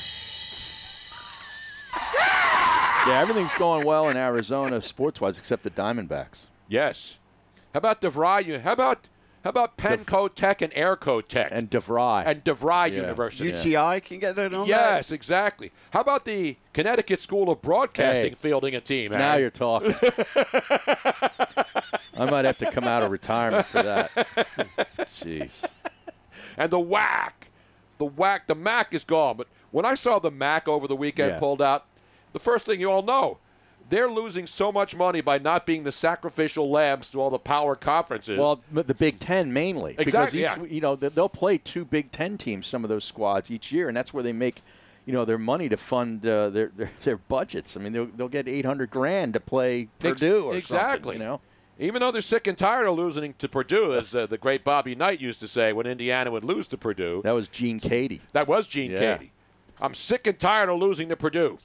Speaker 5: Yeah. Everything's going well in Arizona sports wise, except the Diamondbacks.
Speaker 4: Yes. How about DeVry? U- How about how about Penco Tech and Airco Tech and
Speaker 5: DeVry
Speaker 4: and DeVry
Speaker 5: Yeah.
Speaker 4: University?
Speaker 18: UTI can get it on that?
Speaker 4: Yes, exactly. How about the Connecticut School of Broadcasting
Speaker 5: Hey,
Speaker 4: fielding a team?
Speaker 5: Now
Speaker 4: Harry?
Speaker 5: you're talking. I might have to come out of retirement for that. Jeez.
Speaker 4: and the whack, the whack, the Mac is gone. But when I saw the Mac over the weekend
Speaker 5: Yeah.
Speaker 4: pulled out, the first thing you all know, they're losing so much money by not being the sacrificial lambs to all the power conferences.
Speaker 5: Well, m- the Big Ten mainly.
Speaker 4: Exactly,
Speaker 5: Because each, You know, they- they'll play two Big Ten teams, some of those squads each year, and that's where they make, you know, their money to fund uh, their, their their budgets. I mean, they'll, they'll get eight hundred grand to play
Speaker 4: Ex-
Speaker 5: Purdue. Or
Speaker 4: exactly.
Speaker 5: Something, you know.
Speaker 4: Even though they're sick and tired of losing to Purdue, as uh, the great Bobby Knight used to say when Indiana would lose to Purdue.
Speaker 5: That was Gene Cady.
Speaker 4: That was Gene
Speaker 5: Yeah.
Speaker 4: Cady. I'm sick and tired of losing to Purdue.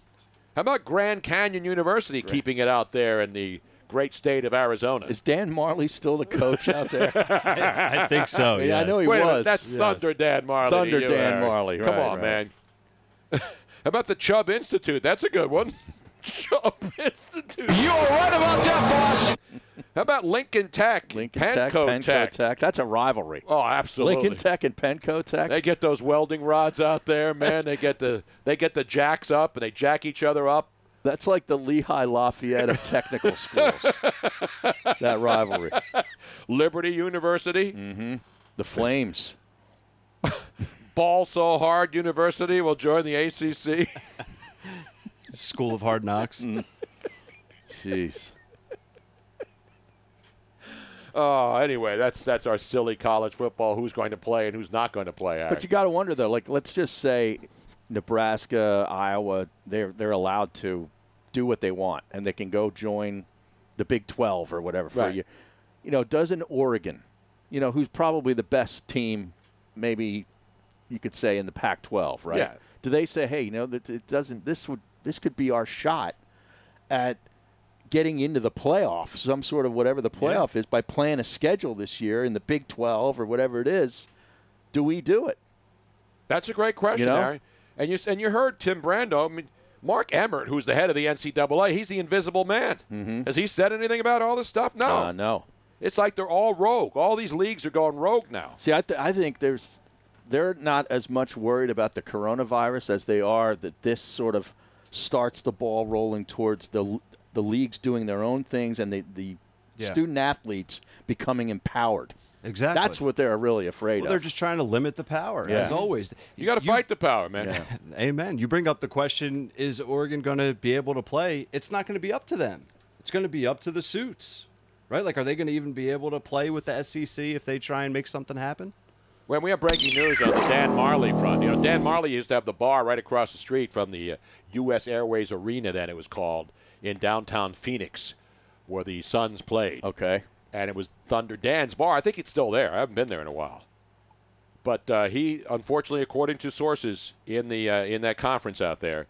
Speaker 4: How about Grand Canyon University keeping it out there in the great state of Arizona?
Speaker 5: Is Dan Marley still the coach out there?
Speaker 4: I
Speaker 6: think so,
Speaker 5: I, mean, I
Speaker 6: yes.
Speaker 5: know he
Speaker 4: Wait a
Speaker 5: was.
Speaker 4: minute, that's
Speaker 5: yes.
Speaker 4: Thunder Dan Marley. to
Speaker 5: Thunder
Speaker 4: you,
Speaker 5: Dan
Speaker 4: Eric.
Speaker 5: Marley.
Speaker 4: Come
Speaker 5: right,
Speaker 4: on,
Speaker 5: right.
Speaker 4: man. How about the Chubb Institute? That's a good one. Chubb Institute. You are right about that, boss. How about Lincoln Tech? Lincoln
Speaker 5: Tech, Penco Tech. That's a rivalry.
Speaker 4: Oh, absolutely.
Speaker 5: Lincoln Tech and Penco Tech.
Speaker 4: They get those welding rods out there, man. they get the they get the jacks up and they jack each other up.
Speaker 5: That's like the Lehigh Lafayette of technical schools. that rivalry.
Speaker 4: Liberty University.
Speaker 5: Mm-hmm. The Flames.
Speaker 4: Ball so hard University will join the ACC.
Speaker 6: School of Hard Knocks.
Speaker 5: Jeez.
Speaker 4: Oh, anyway, that's that's our silly college football. Who's going to play and who's not going to play?
Speaker 5: But you got to wonder though. Like, let's just say Nebraska, Iowa, they're they're allowed to do what they want, and they can go join the Big Twelve or whatever for
Speaker 4: Right.
Speaker 5: you. You know, doesn't Oregon, you know, who's probably the best team, maybe you could say in the Pac-12, right?
Speaker 4: Yeah.
Speaker 5: Do they say, hey, you know, that it doesn't? This would this could be our shot at getting into the playoff, some sort of whatever the playoff is, by playing a schedule this year in the Big 12 or whatever it is, do we do it?
Speaker 4: That's a great question,
Speaker 5: You know?
Speaker 4: Harry. And you s- and you heard Tim Brando. I mean, Mark Emmert, who's the head of the NCAA, he's the invisible man. Has he said anything about all this stuff? No.
Speaker 5: Mm-hmm. Uh, no.
Speaker 4: It's like they're all rogue. All these leagues are going rogue now.
Speaker 5: See, I, th- I think there's they're not as much worried about the coronavirus as they are that this sort of starts the ball rolling towards the l- the leagues doing their own things and the the
Speaker 6: Yeah.
Speaker 5: student athletes becoming empowered.
Speaker 6: Exactly.
Speaker 5: That's what they're really afraid
Speaker 6: Well,
Speaker 5: of.
Speaker 6: they're just trying to limit the power,
Speaker 5: Yeah.
Speaker 6: as always.
Speaker 4: You got to fight the power, man.
Speaker 6: Amen. You bring up the question is Oregon going to be able to play? It's not going to be up to them. It's going to be up to the suits, right? Like, are they going to even be able to play with the SEC if they try and make something happen?
Speaker 4: When we have breaking news on the Dan Marley front, you know, Dan Marley used to have the bar right across the street from the uh, U.S. Airways Arena, then it was called, in downtown Phoenix, where the Suns played.
Speaker 5: Okay.
Speaker 4: And it was Thunder Dan's bar. I think it's still there. I haven't been there in a while. But uh, he, unfortunately, according to sources in the uh, in that conference out there,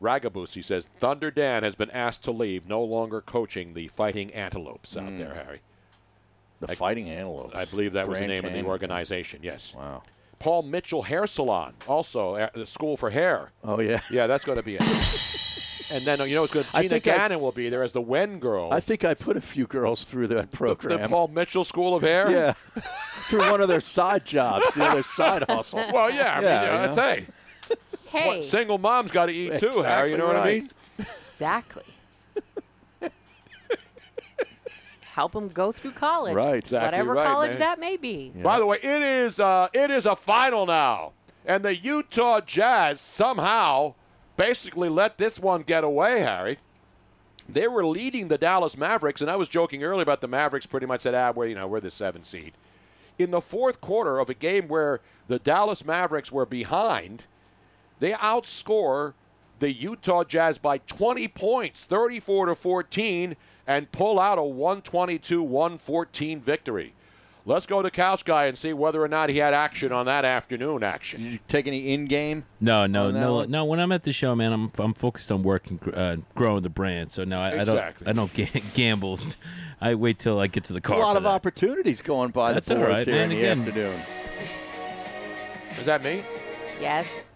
Speaker 4: Ragabusi says Thunder Dan has been asked to leave, no longer coaching the Fighting Antelopes out there, Harry.
Speaker 5: Hmm. The Fighting Antelopes.
Speaker 4: I believe that was the
Speaker 5: Grand
Speaker 4: name of
Speaker 5: Canyon.
Speaker 4: the organization. Yes.
Speaker 5: Wow.
Speaker 4: Paul Mitchell Hair Salon, also uh, the school for hair.
Speaker 5: Oh yeah.
Speaker 4: Yeah, that's going to be it. and then uh, you know it's good.
Speaker 5: I
Speaker 4: Gina
Speaker 5: think I-
Speaker 4: Gannon will be there as the Wen girl.
Speaker 5: I think I put a few girls through that program.
Speaker 4: the Paul Mitchell School of Hair.
Speaker 5: Yeah. through one of their side jobs, you know, their side hustle.
Speaker 4: Well, yeah. I mean, you know,
Speaker 5: you
Speaker 4: it's,
Speaker 5: know?
Speaker 4: hey,
Speaker 8: Hey.
Speaker 4: what single mom's got to eat too, Harry. You know what I
Speaker 5: Exactly
Speaker 4: mean?
Speaker 8: Exactly. Help them go through college.
Speaker 4: Right. Exactly
Speaker 8: Whatever
Speaker 4: right,
Speaker 8: college
Speaker 4: man.
Speaker 8: that may be.
Speaker 4: By the way, it is uh, it is a final now, and the Utah Jazz somehow basically let this one get away, Harry. They were leading the Dallas Mavericks, and I was joking earlier about the Mavericks. Pretty much said, "Ah, we're you know we're the seventh seed." In the fourth quarter of a game where the Dallas Mavericks were behind, they outscore the Utah Jazz by 20 points, 34 to 14, and pull out a 122-114 victory. Let's go to Couch Guy and see whether or not he had action on that afternoon action. Did
Speaker 5: you take any in-game?
Speaker 7: No, no,
Speaker 5: on that
Speaker 7: no,
Speaker 5: one?
Speaker 7: no. When I'm at the show, man, I'm I'm focused on working, gr- uh, growing the brand. So no, I,
Speaker 5: Exactly.
Speaker 7: I don't I don't ga- gamble. I wait till I get to the
Speaker 5: There's
Speaker 7: car.
Speaker 5: a lot
Speaker 7: for
Speaker 5: of
Speaker 7: that.
Speaker 5: opportunities going by
Speaker 7: That's
Speaker 5: the
Speaker 7: all right,
Speaker 5: boards here
Speaker 7: man,
Speaker 5: in the
Speaker 7: again.
Speaker 5: afternoon.
Speaker 4: Is that me?
Speaker 8: Yes.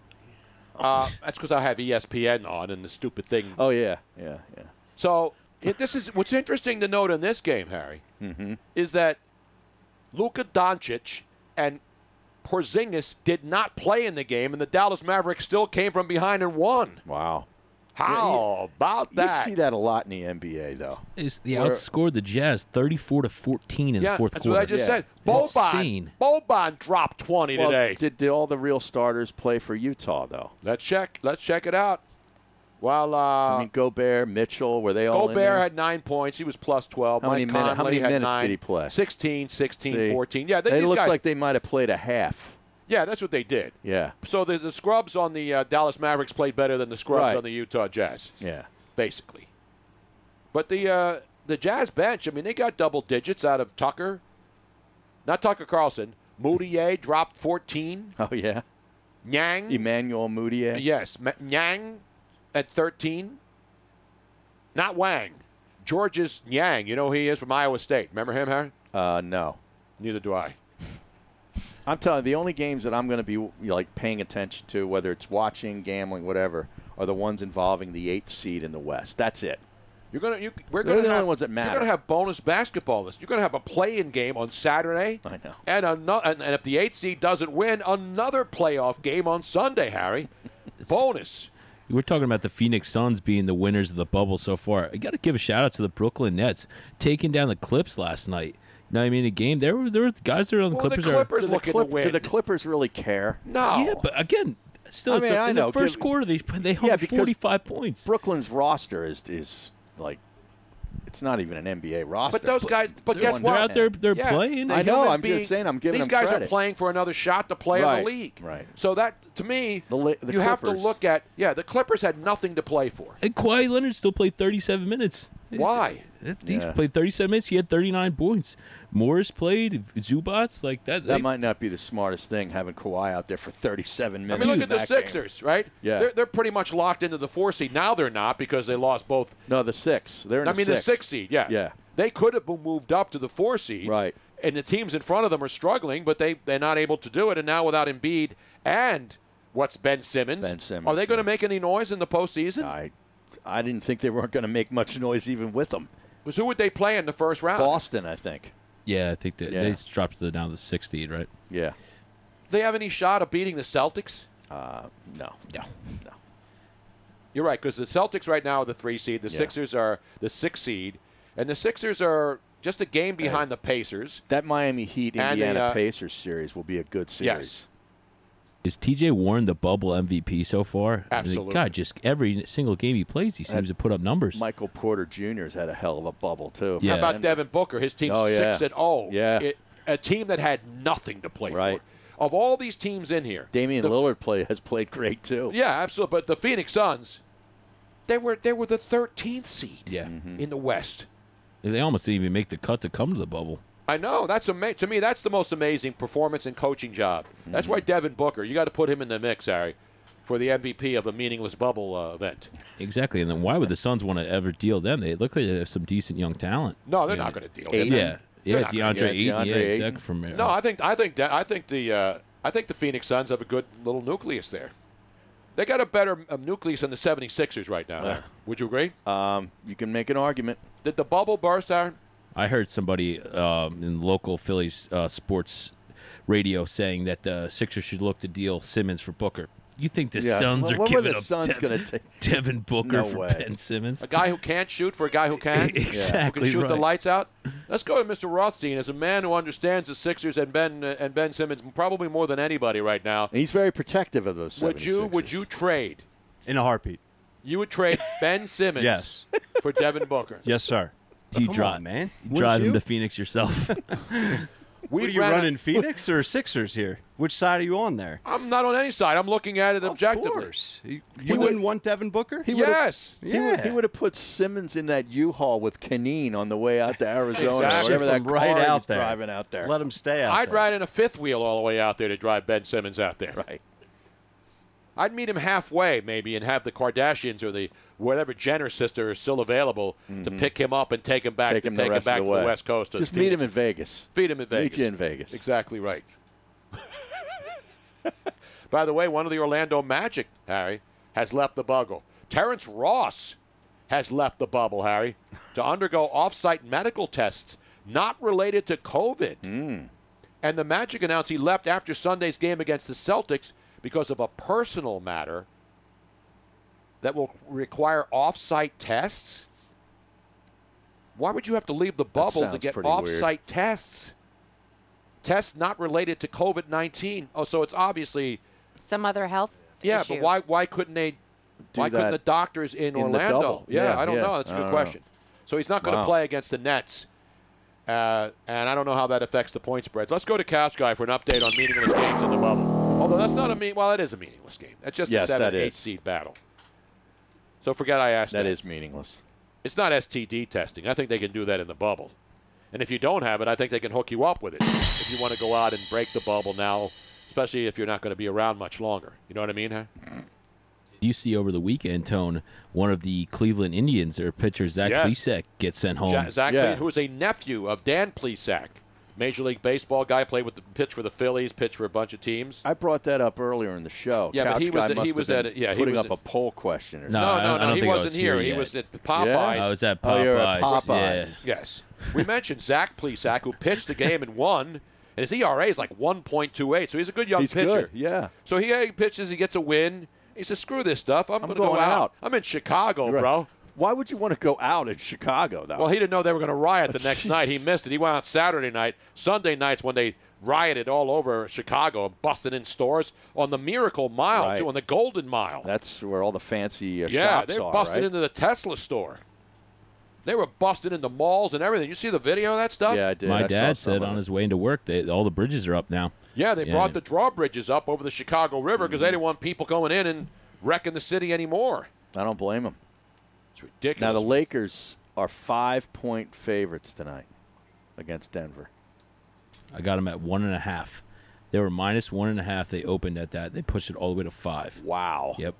Speaker 4: Uh, that's because I have ESPN on and the stupid thing.
Speaker 5: Oh yeah, yeah, yeah.
Speaker 4: So it, this is what's interesting to note in this game, Harry,
Speaker 5: Mm-hmm.
Speaker 4: is that Luka Doncic and Porzingis did not play in the game, and the Dallas Mavericks still came from behind and won.
Speaker 5: Wow.
Speaker 4: How about that?
Speaker 5: You see that a lot in the NBA, though.
Speaker 7: It's, they
Speaker 5: Where-
Speaker 7: outscored the Jazz 34 to 14 in
Speaker 4: yeah,
Speaker 7: the fourth
Speaker 4: that's
Speaker 7: quarter.
Speaker 4: what I just said.
Speaker 7: Insane.
Speaker 4: Boban, Boban dropped 20
Speaker 5: Well,
Speaker 4: today.
Speaker 5: Did, did all the real starters play for Utah though?
Speaker 4: Let's check. Let's check it out. While uh,
Speaker 5: I mean, Gobert, Mitchell, were they all in
Speaker 4: Gobert
Speaker 5: there?
Speaker 4: had nine points. He was plus 12.
Speaker 5: How
Speaker 4: Mike
Speaker 5: many minute- how
Speaker 4: Conley
Speaker 5: many
Speaker 4: had
Speaker 5: minutes
Speaker 4: nine.
Speaker 5: did he play?
Speaker 4: 16, 16,
Speaker 5: See?
Speaker 4: 14. Yeah, they,
Speaker 5: it
Speaker 4: these
Speaker 5: looks
Speaker 4: guys,
Speaker 5: like they might have played a half.
Speaker 4: yeah, that's what they did.
Speaker 5: Yeah,
Speaker 4: So the, the scrubs on the uh, Dallas Mavericks played better than the scrubs
Speaker 5: Right.
Speaker 4: on the Utah Jazz,
Speaker 5: yeah.
Speaker 4: basically. But the uh, the Jazz bench, I mean, they got double digits out of Tucker, not Tucker Carlson. Moutier dropped 14.
Speaker 5: Oh yeah.
Speaker 4: Yang.
Speaker 5: Emmanuel Moutier.
Speaker 4: Yes, Ma- Yang at 13. Not Wang. George's Yang. You know who he is from Iowa State. Remember him, Harry?
Speaker 5: Uh, no.
Speaker 4: Neither do I.
Speaker 5: I'm telling you, the only games that I'm going to be you know, like paying attention to, whether it's watching, gambling, whatever, are the ones involving the eighth seed in the West. That's it.
Speaker 4: You're gonna. You, we're
Speaker 5: They're
Speaker 4: gonna
Speaker 5: the
Speaker 4: have,
Speaker 5: only ones that matter.
Speaker 4: You're gonna have bonus basketball this. You're gonna have a play-in game on Saturday. I
Speaker 5: know.
Speaker 4: And ano- and, and if the eight seed doesn't win, another playoff game on Sunday, Harry. bonus.
Speaker 7: We're talking about the Phoenix Suns being the winners of the bubble so far. I got to give a shout out to the Brooklyn Nets taking down the Clips last night. You know what I mean? A game there were there were guys that are on the
Speaker 5: Well, the
Speaker 7: Clippers. are,
Speaker 5: Clippers Do the looking to Clip- win. do the Clippers really care?
Speaker 4: No.
Speaker 7: Yeah, but again, still,
Speaker 5: I
Speaker 7: it's
Speaker 5: mean,
Speaker 7: the,
Speaker 5: I
Speaker 7: in
Speaker 5: know,
Speaker 7: the first
Speaker 5: give-
Speaker 7: quarter they they hung
Speaker 5: yeah, because
Speaker 7: 45 points.
Speaker 5: Brooklyn's roster is is like it's not even an NBA roster.
Speaker 4: But those guys, but guess what? Yeah, the
Speaker 5: I know.
Speaker 4: human
Speaker 5: I'm
Speaker 4: being-
Speaker 5: just saying. I'm giving
Speaker 4: These
Speaker 5: them
Speaker 4: guys
Speaker 5: credit.
Speaker 4: are playing for another shot to play in
Speaker 5: Right,
Speaker 4: the league.
Speaker 5: Right.
Speaker 4: So that to me,
Speaker 5: the
Speaker 4: you have to
Speaker 5: Clippers.
Speaker 4: look at. Yeah, the Clippers had nothing to play for.
Speaker 7: And Kawhi Leonard still played 37 minutes.
Speaker 4: Why?
Speaker 7: He's
Speaker 4: Yeah.
Speaker 7: played 37 minutes. He had 39 points. Morris played. Zubats like that.
Speaker 5: That
Speaker 7: they-
Speaker 5: might not be the smartest thing having Kawhi out there for 37
Speaker 4: I
Speaker 5: minutes.
Speaker 4: mean, look
Speaker 5: in
Speaker 4: at the
Speaker 5: that game.
Speaker 4: Sixers, right?
Speaker 5: Yeah.
Speaker 4: They're, they're pretty much locked into the four seed. Now they're not because they lost both.
Speaker 5: No, the six. They're in
Speaker 4: I
Speaker 5: the
Speaker 4: mean,
Speaker 5: six.
Speaker 4: the six seed, yeah.
Speaker 5: Yeah.
Speaker 4: They could have been moved up to the four seed. Right. And the teams in front of them are struggling, but they, they're not able to do it. And now without Embiid and what's Ben Simmons,
Speaker 5: Ben Simmons,
Speaker 4: are they going to make any noise in the postseason?
Speaker 5: I, I didn't think they weren't going to make much noise Oh, even with them.
Speaker 4: Because who would they play in the first round?
Speaker 5: Boston, I think.
Speaker 7: yeah, I think that they dropped to the, down to the sixth seed, right?
Speaker 5: Yeah.
Speaker 4: they have any shot of beating the Celtics?
Speaker 5: Uh, no.
Speaker 7: No.
Speaker 5: No.
Speaker 4: You're right, because the Celtics right now are the three seed. The
Speaker 5: Yeah.
Speaker 4: Sixers are the six seed. And the Sixers are just a game behind the Pacers.
Speaker 5: That Miami Heat
Speaker 4: And the,
Speaker 5: Indiana
Speaker 4: uh,
Speaker 5: Pacers series will be a good series.
Speaker 4: Yes.
Speaker 7: Is TJ Warren the bubble MVP so far? I mean,
Speaker 5: Absolutely.
Speaker 7: God, just every single game he plays, he seems to put up numbers.
Speaker 5: Michael Porter Jr. has had a hell of a bubble too.
Speaker 7: Yeah.
Speaker 4: How about Devin Booker? His team's
Speaker 5: Oh, yeah.
Speaker 4: six and zero.
Speaker 5: Yeah.
Speaker 4: It- a team that had nothing to play for. Of all these teams in here,
Speaker 5: Damian
Speaker 4: the-
Speaker 5: Lillard play has played great too.
Speaker 4: Yeah, absolutely. But the Phoenix Suns, they were they were the 13th seed. Yeah. In the West.
Speaker 7: They almost didn't even make the cut to come to the bubble.
Speaker 4: I know that's ama- to me that's the most amazing performance and coaching job. That's
Speaker 5: Mm-hmm.
Speaker 4: why Devin Booker, you got to put him in the mix, Harry, for the MVP of a meaningless bubble uh, event.
Speaker 7: Exactly. And then why would the Suns want to ever deal them? They look like they have some decent young talent.
Speaker 4: No, they're not going to deal.
Speaker 7: Aiden.
Speaker 4: with it.
Speaker 7: Yeah.
Speaker 4: They're
Speaker 7: Yeah,
Speaker 4: not gonna
Speaker 7: DeAndre
Speaker 4: deal with it.
Speaker 7: Ayton, yeah, DeAndre exactly, Ayton. from there.
Speaker 4: No, I think I think that, I think the uh, I think the Phoenix Suns have a good little nucleus there. They got a better um, nucleus than the 76ers right now.
Speaker 7: Yeah.
Speaker 4: Would you agree?
Speaker 5: Um, you can make an argument.
Speaker 4: Did the bubble burst, Aaron?
Speaker 7: I heard somebody um, in local Philly uh, sports radio saying that the Sixers should look to deal Simmons for Booker. You think the
Speaker 5: Yeah.
Speaker 7: Suns
Speaker 5: What-
Speaker 7: are
Speaker 5: what were
Speaker 7: giving
Speaker 5: the
Speaker 7: up
Speaker 5: Suns
Speaker 7: Dev-
Speaker 5: gonna take?
Speaker 7: Devin Booker
Speaker 5: No
Speaker 7: for
Speaker 5: way.
Speaker 7: Ben Simmons?
Speaker 4: A guy who can't shoot for a guy who can?
Speaker 7: Exactly
Speaker 4: Who can shoot the
Speaker 7: right.
Speaker 4: lights out? Let's go to Mr. Rothstein as a man who understands the Sixers and Ben uh, and Ben Simmons probably more than anybody right now.
Speaker 5: He's very protective of those.
Speaker 4: Would you
Speaker 5: 76ers.
Speaker 4: would you trade?
Speaker 6: In a heartbeat.
Speaker 4: You would trade Ben Simmons
Speaker 6: Yes.
Speaker 4: for Devin Booker.
Speaker 6: Yes, sir.
Speaker 7: You
Speaker 6: Come
Speaker 7: drive,
Speaker 6: on, man.
Speaker 7: You
Speaker 6: Wouldn't
Speaker 7: drive
Speaker 6: you?
Speaker 7: him to Phoenix yourself.
Speaker 4: We
Speaker 6: what are you
Speaker 4: ran a-
Speaker 6: running, Phoenix or Sixers here? Which side are you on there?
Speaker 4: I'm not on any side. I'm looking at it objectively.
Speaker 6: You, wouldn't want Devin Booker?
Speaker 5: He would've-
Speaker 4: Yes.
Speaker 5: He would, he
Speaker 6: Yeah.
Speaker 5: would have put Simmons in that U-Haul with Canine on the way out to Arizona, or
Speaker 4: Exactly.
Speaker 5: whatever that
Speaker 4: Ship him right
Speaker 5: car
Speaker 4: out
Speaker 5: he's
Speaker 4: there.
Speaker 5: driving out there.
Speaker 6: Let him stay out.
Speaker 4: I'd
Speaker 6: there.
Speaker 4: ride in a fifth wheel all the way out there to drive Ben Simmons out there.
Speaker 5: Right.
Speaker 4: I'd meet him halfway, maybe, and have the Kardashians or the whatever Jenner sister is still available to pick him up and take him back
Speaker 5: Mm-hmm. take
Speaker 4: to
Speaker 5: him the
Speaker 4: take him
Speaker 5: rest
Speaker 4: back
Speaker 5: of the
Speaker 4: to
Speaker 5: way.
Speaker 4: the West Coast. to
Speaker 5: Just
Speaker 4: Phoenix.
Speaker 5: meet him in Vegas.
Speaker 4: Feed him in Vegas.
Speaker 5: Meet you in Vegas.
Speaker 4: Exactly right. By the way, one of the Orlando Magic, Harry, has left the bubble. Terrence Ross has left the bubble, Harry, to undergo off-site medical tests not related to COVID.
Speaker 5: Hmm.
Speaker 4: And the Magic announced he left after Sunday's game against the Celtics because of a personal matter that will require off-site tests. Why would you have to leave the bubble to
Speaker 5: sounds
Speaker 4: get
Speaker 5: pretty weird.
Speaker 4: off-site tests? Tests not related to COVID nineteen. Oh, so it's obviously
Speaker 8: Some other health
Speaker 4: yeah.
Speaker 8: issue.
Speaker 4: But why why couldn't they? why couldn't
Speaker 5: that
Speaker 4: the doctors in,
Speaker 5: in the
Speaker 4: Orlando?
Speaker 5: double.
Speaker 4: yeah,
Speaker 5: Yeah,
Speaker 4: I don't
Speaker 5: yeah.
Speaker 4: know. That's a
Speaker 5: I
Speaker 4: good
Speaker 5: don't know.
Speaker 4: question. So he's not going to
Speaker 5: Wow.
Speaker 4: play against the Nets. Uh, and I don't know how that affects the point spreads. Let's go to Couch Guy for an update on meaningless games in the bubble. Although that's not a mean, well, it is a meaningless game. That's just
Speaker 5: Yes,
Speaker 4: a
Speaker 5: that
Speaker 4: seven
Speaker 5: is.
Speaker 4: eight seed battle. So forget I asked.
Speaker 5: That is meaningless.
Speaker 4: It's not STD testing. I think they can do that in the bubble. And if you don't have it, I think they can hook you up with it if you want to go out and break the bubble now, especially if you're not going to be around much longer. You know what I mean? Huh?
Speaker 7: you see over the weekend, Tone, one of the Cleveland Indians, their pitcher Zach
Speaker 4: Yes.
Speaker 7: Plesac, gets sent home.
Speaker 4: Ja- Zach, Ple- who is a nephew of Dan Plesac, Major League Baseball guy, played with the pitch for the Phillies, pitched for a bunch of teams.
Speaker 5: I brought that up earlier in the show.
Speaker 4: Yeah, but
Speaker 5: Couch
Speaker 4: he was-
Speaker 5: guy
Speaker 4: he
Speaker 5: must have
Speaker 4: was
Speaker 5: been
Speaker 4: at it- yeah, he
Speaker 5: putting
Speaker 4: was
Speaker 5: up a poll question. Or
Speaker 7: No,
Speaker 5: something.
Speaker 7: I don't- I don't
Speaker 4: he
Speaker 7: think I
Speaker 4: wasn't
Speaker 7: was here
Speaker 4: here. He
Speaker 7: yet.
Speaker 4: was at
Speaker 5: Yeah?
Speaker 4: Popeyes.
Speaker 7: I was at
Speaker 5: Oh, you were at
Speaker 7: Popeyes,
Speaker 5: Popeyes.
Speaker 4: Yes. We mentioned Zach Plesak, who pitched the game and won. And his ERA is like 1.28, so he's a good young
Speaker 5: He's
Speaker 4: pitcher.
Speaker 5: good, yeah.
Speaker 4: So he, he pitches, he gets a win. He says, "Screw this stuff. I'm, gonna
Speaker 5: going
Speaker 4: go
Speaker 5: out.
Speaker 4: out. I'm in Chicago,
Speaker 5: Right.
Speaker 4: bro."
Speaker 5: Why would you want to go out in Chicago though?
Speaker 4: Well, he didn't know they were going to riot the next night. He missed it. He went out Saturday night. Sunday nights when they rioted all over Chicago, busting in stores on the Miracle Mile
Speaker 5: Right.
Speaker 4: too, on the Golden Mile.
Speaker 5: That's where all the fancy uh,
Speaker 4: yeah,
Speaker 5: shops
Speaker 4: they
Speaker 5: are,
Speaker 4: busted
Speaker 5: right?
Speaker 4: into the Tesla store. They were busting into malls and everything. You see the video of that stuff?
Speaker 5: Yeah, I did.
Speaker 7: My
Speaker 5: I saw
Speaker 7: dad
Speaker 5: some
Speaker 7: said
Speaker 5: of
Speaker 7: on
Speaker 5: it.
Speaker 7: his way into work, they, all the bridges are up now.
Speaker 4: Yeah, they brought the drawbridges up over the Chicago River because
Speaker 5: Mm-hmm.
Speaker 4: they didn't want people going in and wrecking the city anymore.
Speaker 5: I don't blame them.
Speaker 4: It's ridiculous.
Speaker 5: Now the Lakers are five-point favorites tonight against Denver.
Speaker 7: I got them at one and a half. They were minus one and a half. They opened at that. They pushed it all the way to five.
Speaker 5: Wow.
Speaker 7: Yep.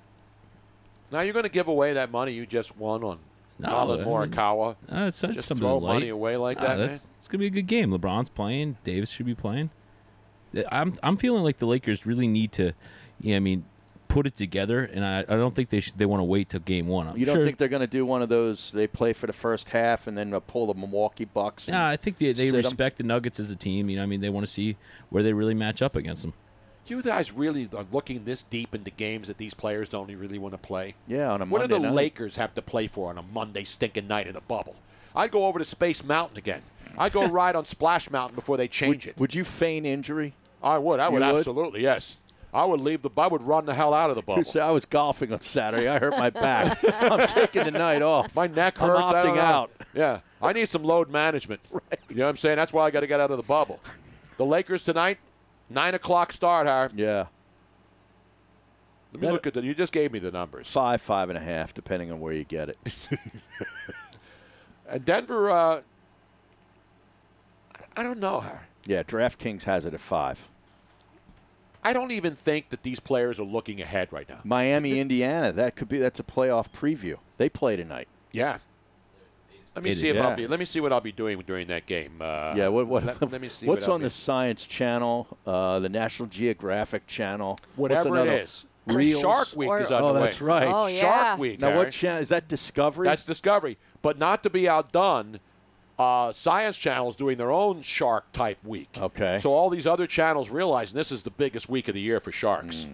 Speaker 4: Now you're going to give away that money you just won on
Speaker 7: No,
Speaker 4: Colin
Speaker 7: I mean,
Speaker 4: Morikawa.
Speaker 7: Uh, it's
Speaker 4: just
Speaker 7: something
Speaker 4: throw
Speaker 7: light.
Speaker 4: money away like
Speaker 7: Nah,
Speaker 4: that. man?
Speaker 7: That's, it's gonna be a good game. LeBron's playing. Davis should be playing. Uh, I'm I'm feeling like the Lakers really need to. Yeah, I mean, put it together, and I, I don't think they should. They want to wait till game one. I'm
Speaker 5: You don't
Speaker 7: sure-
Speaker 5: think they're going to do one of those? They play for the first half and then they'll pull the Milwaukee Bucks. and
Speaker 7: Nah, I think they, they
Speaker 5: sit 'em?
Speaker 7: respect the Nuggets as a team. You know, I mean, they want to see where they really match up against them.
Speaker 4: You guys really are looking this deep into games that these players don't really want to play.
Speaker 5: Yeah, on a
Speaker 4: What do
Speaker 5: Monday
Speaker 4: the
Speaker 5: night.
Speaker 4: Lakers have to play for on a Monday stinking night in the bubble? I'd go over to Space Mountain again. I'd go ride on Splash Mountain before they change it.
Speaker 5: Would you feign injury?
Speaker 4: I would. I
Speaker 5: You
Speaker 4: would,
Speaker 5: would?
Speaker 4: absolutely. Yes. I would leave the. I would run the hell out of the bubble.
Speaker 5: Who said I was golfing on Saturday? I hurt my back. I'm taking the night off.
Speaker 4: My neck
Speaker 5: I'm
Speaker 4: hurts. I don't
Speaker 5: opting
Speaker 4: know.
Speaker 5: out.
Speaker 4: Yeah, I need some load management. Right. You know what I'm saying? That's why I got to get out of the bubble. The Lakers tonight, nine o'clock start. Har.
Speaker 5: Yeah.
Speaker 4: Let me look at the. You just gave me the numbers.
Speaker 5: Five, five and a half, depending on where you get it.
Speaker 4: And Denver. Uh, I don't know. Har.
Speaker 5: yeah, DraftKings has it at five.
Speaker 4: I don't even think that these players are looking ahead right now.
Speaker 5: Miami, Indiana. That could be. That's a playoff preview. They play tonight.
Speaker 4: Yeah. Let me
Speaker 5: It
Speaker 4: see
Speaker 5: is.
Speaker 4: if I'll
Speaker 5: Yeah.
Speaker 4: be. Let me see what I'll be doing during that game. Uh,
Speaker 5: yeah. What? what
Speaker 4: Let, let me see.
Speaker 5: What's
Speaker 4: what I'll
Speaker 5: on
Speaker 4: be-
Speaker 5: the Science Channel? Uh, the National Geographic Channel. what's
Speaker 4: Whatever it
Speaker 5: another-
Speaker 4: is.
Speaker 5: Reels?
Speaker 4: Shark Week is
Speaker 5: Oh,
Speaker 4: underway.
Speaker 5: that's right.
Speaker 4: Oh, Shark yeah. Week,
Speaker 5: Now,
Speaker 4: Harry.
Speaker 5: what channel is that? Discovery.
Speaker 4: That's Discovery. But not to be outdone, uh, Science Channel is doing their own shark type week.
Speaker 5: Okay.
Speaker 4: So all these other channels realizing this is the biggest week of the year for sharks.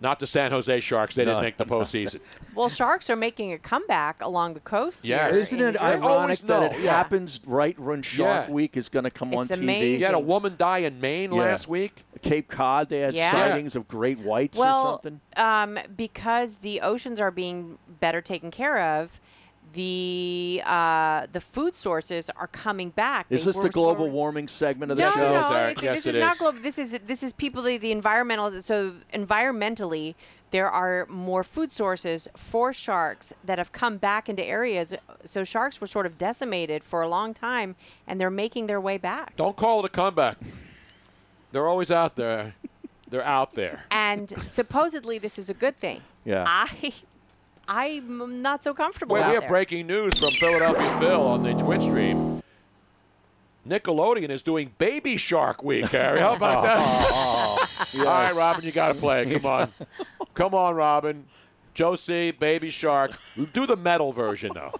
Speaker 4: Not the San Jose Sharks. They
Speaker 5: Mm-hmm. No,
Speaker 4: didn't make the postseason.
Speaker 8: Well, sharks are making a comeback along the coast.
Speaker 4: Yes.
Speaker 8: here
Speaker 4: Isn't
Speaker 8: in
Speaker 4: it
Speaker 8: New
Speaker 4: ironic
Speaker 8: Jersey.
Speaker 4: Always
Speaker 5: that
Speaker 4: know,
Speaker 5: it
Speaker 4: yeah.
Speaker 5: happens right when Shark
Speaker 4: Yeah.
Speaker 5: Week is going to come
Speaker 8: It's
Speaker 5: on TV.
Speaker 8: amazing.
Speaker 4: You had a woman die in Maine
Speaker 5: Yeah.
Speaker 4: last week.
Speaker 5: Cape Cod, they had
Speaker 8: Yeah.
Speaker 5: sightings of great whites
Speaker 8: well,
Speaker 5: or something.
Speaker 8: Um, because the oceans are being better taken care of, the uh, the food sources are coming back.
Speaker 5: Is
Speaker 8: They
Speaker 5: this
Speaker 8: were
Speaker 5: the global
Speaker 8: restoring-
Speaker 5: warming segment of the
Speaker 8: no,
Speaker 5: show?
Speaker 8: No, no, it's- this is not global. This is this is people the, the environmental. So environmentally, there are more food sources for sharks that have come back into areas. So sharks were sort of decimated for a long time, and they're making their way back.
Speaker 4: Don't call it a comeback. They're always out there. They're out there.
Speaker 8: And supposedly, this is a good thing.
Speaker 4: Yeah.
Speaker 8: I, I'm not so comfortable.
Speaker 4: Wait,
Speaker 8: out
Speaker 4: we have
Speaker 8: there.
Speaker 4: breaking news from Philadelphia Phil on the Twitch stream. Nickelodeon is doing Baby Shark Week, Harry. How about that? All right, Robin, you got to play it. Come on. Come on, Robin. Josie, Baby Shark. Do the metal version, though.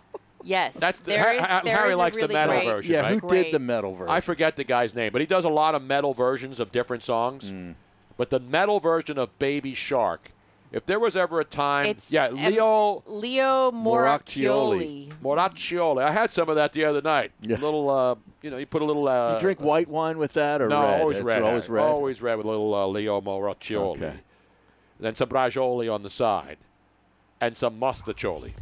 Speaker 8: Yes,
Speaker 4: That's the,
Speaker 8: there
Speaker 4: Har-
Speaker 8: is-
Speaker 4: Har-
Speaker 8: there
Speaker 4: Harry
Speaker 8: is a
Speaker 4: likes the
Speaker 8: really
Speaker 4: metal
Speaker 8: great-
Speaker 4: version.
Speaker 5: Yeah, who
Speaker 4: right?
Speaker 5: did the metal version?
Speaker 4: I forget the guy's name, but he does a lot of metal versions of different songs. But the metal version of Baby Shark, if there was ever a time,
Speaker 8: It's
Speaker 4: yeah,
Speaker 8: um,
Speaker 4: Leo
Speaker 8: Leo Moracchioli.
Speaker 4: Moraccioli. I had some of that the other night. A little, uh, you know, you put a little. Uh,
Speaker 5: you drink white wine with that or
Speaker 4: no,
Speaker 5: red?
Speaker 4: always
Speaker 5: It's
Speaker 4: red.
Speaker 5: Always
Speaker 4: Harry.
Speaker 5: red.
Speaker 4: Always red with a little uh, Leo Moraccioli.
Speaker 5: Okay.
Speaker 4: Then some bracioli on the side, and some mustacholi.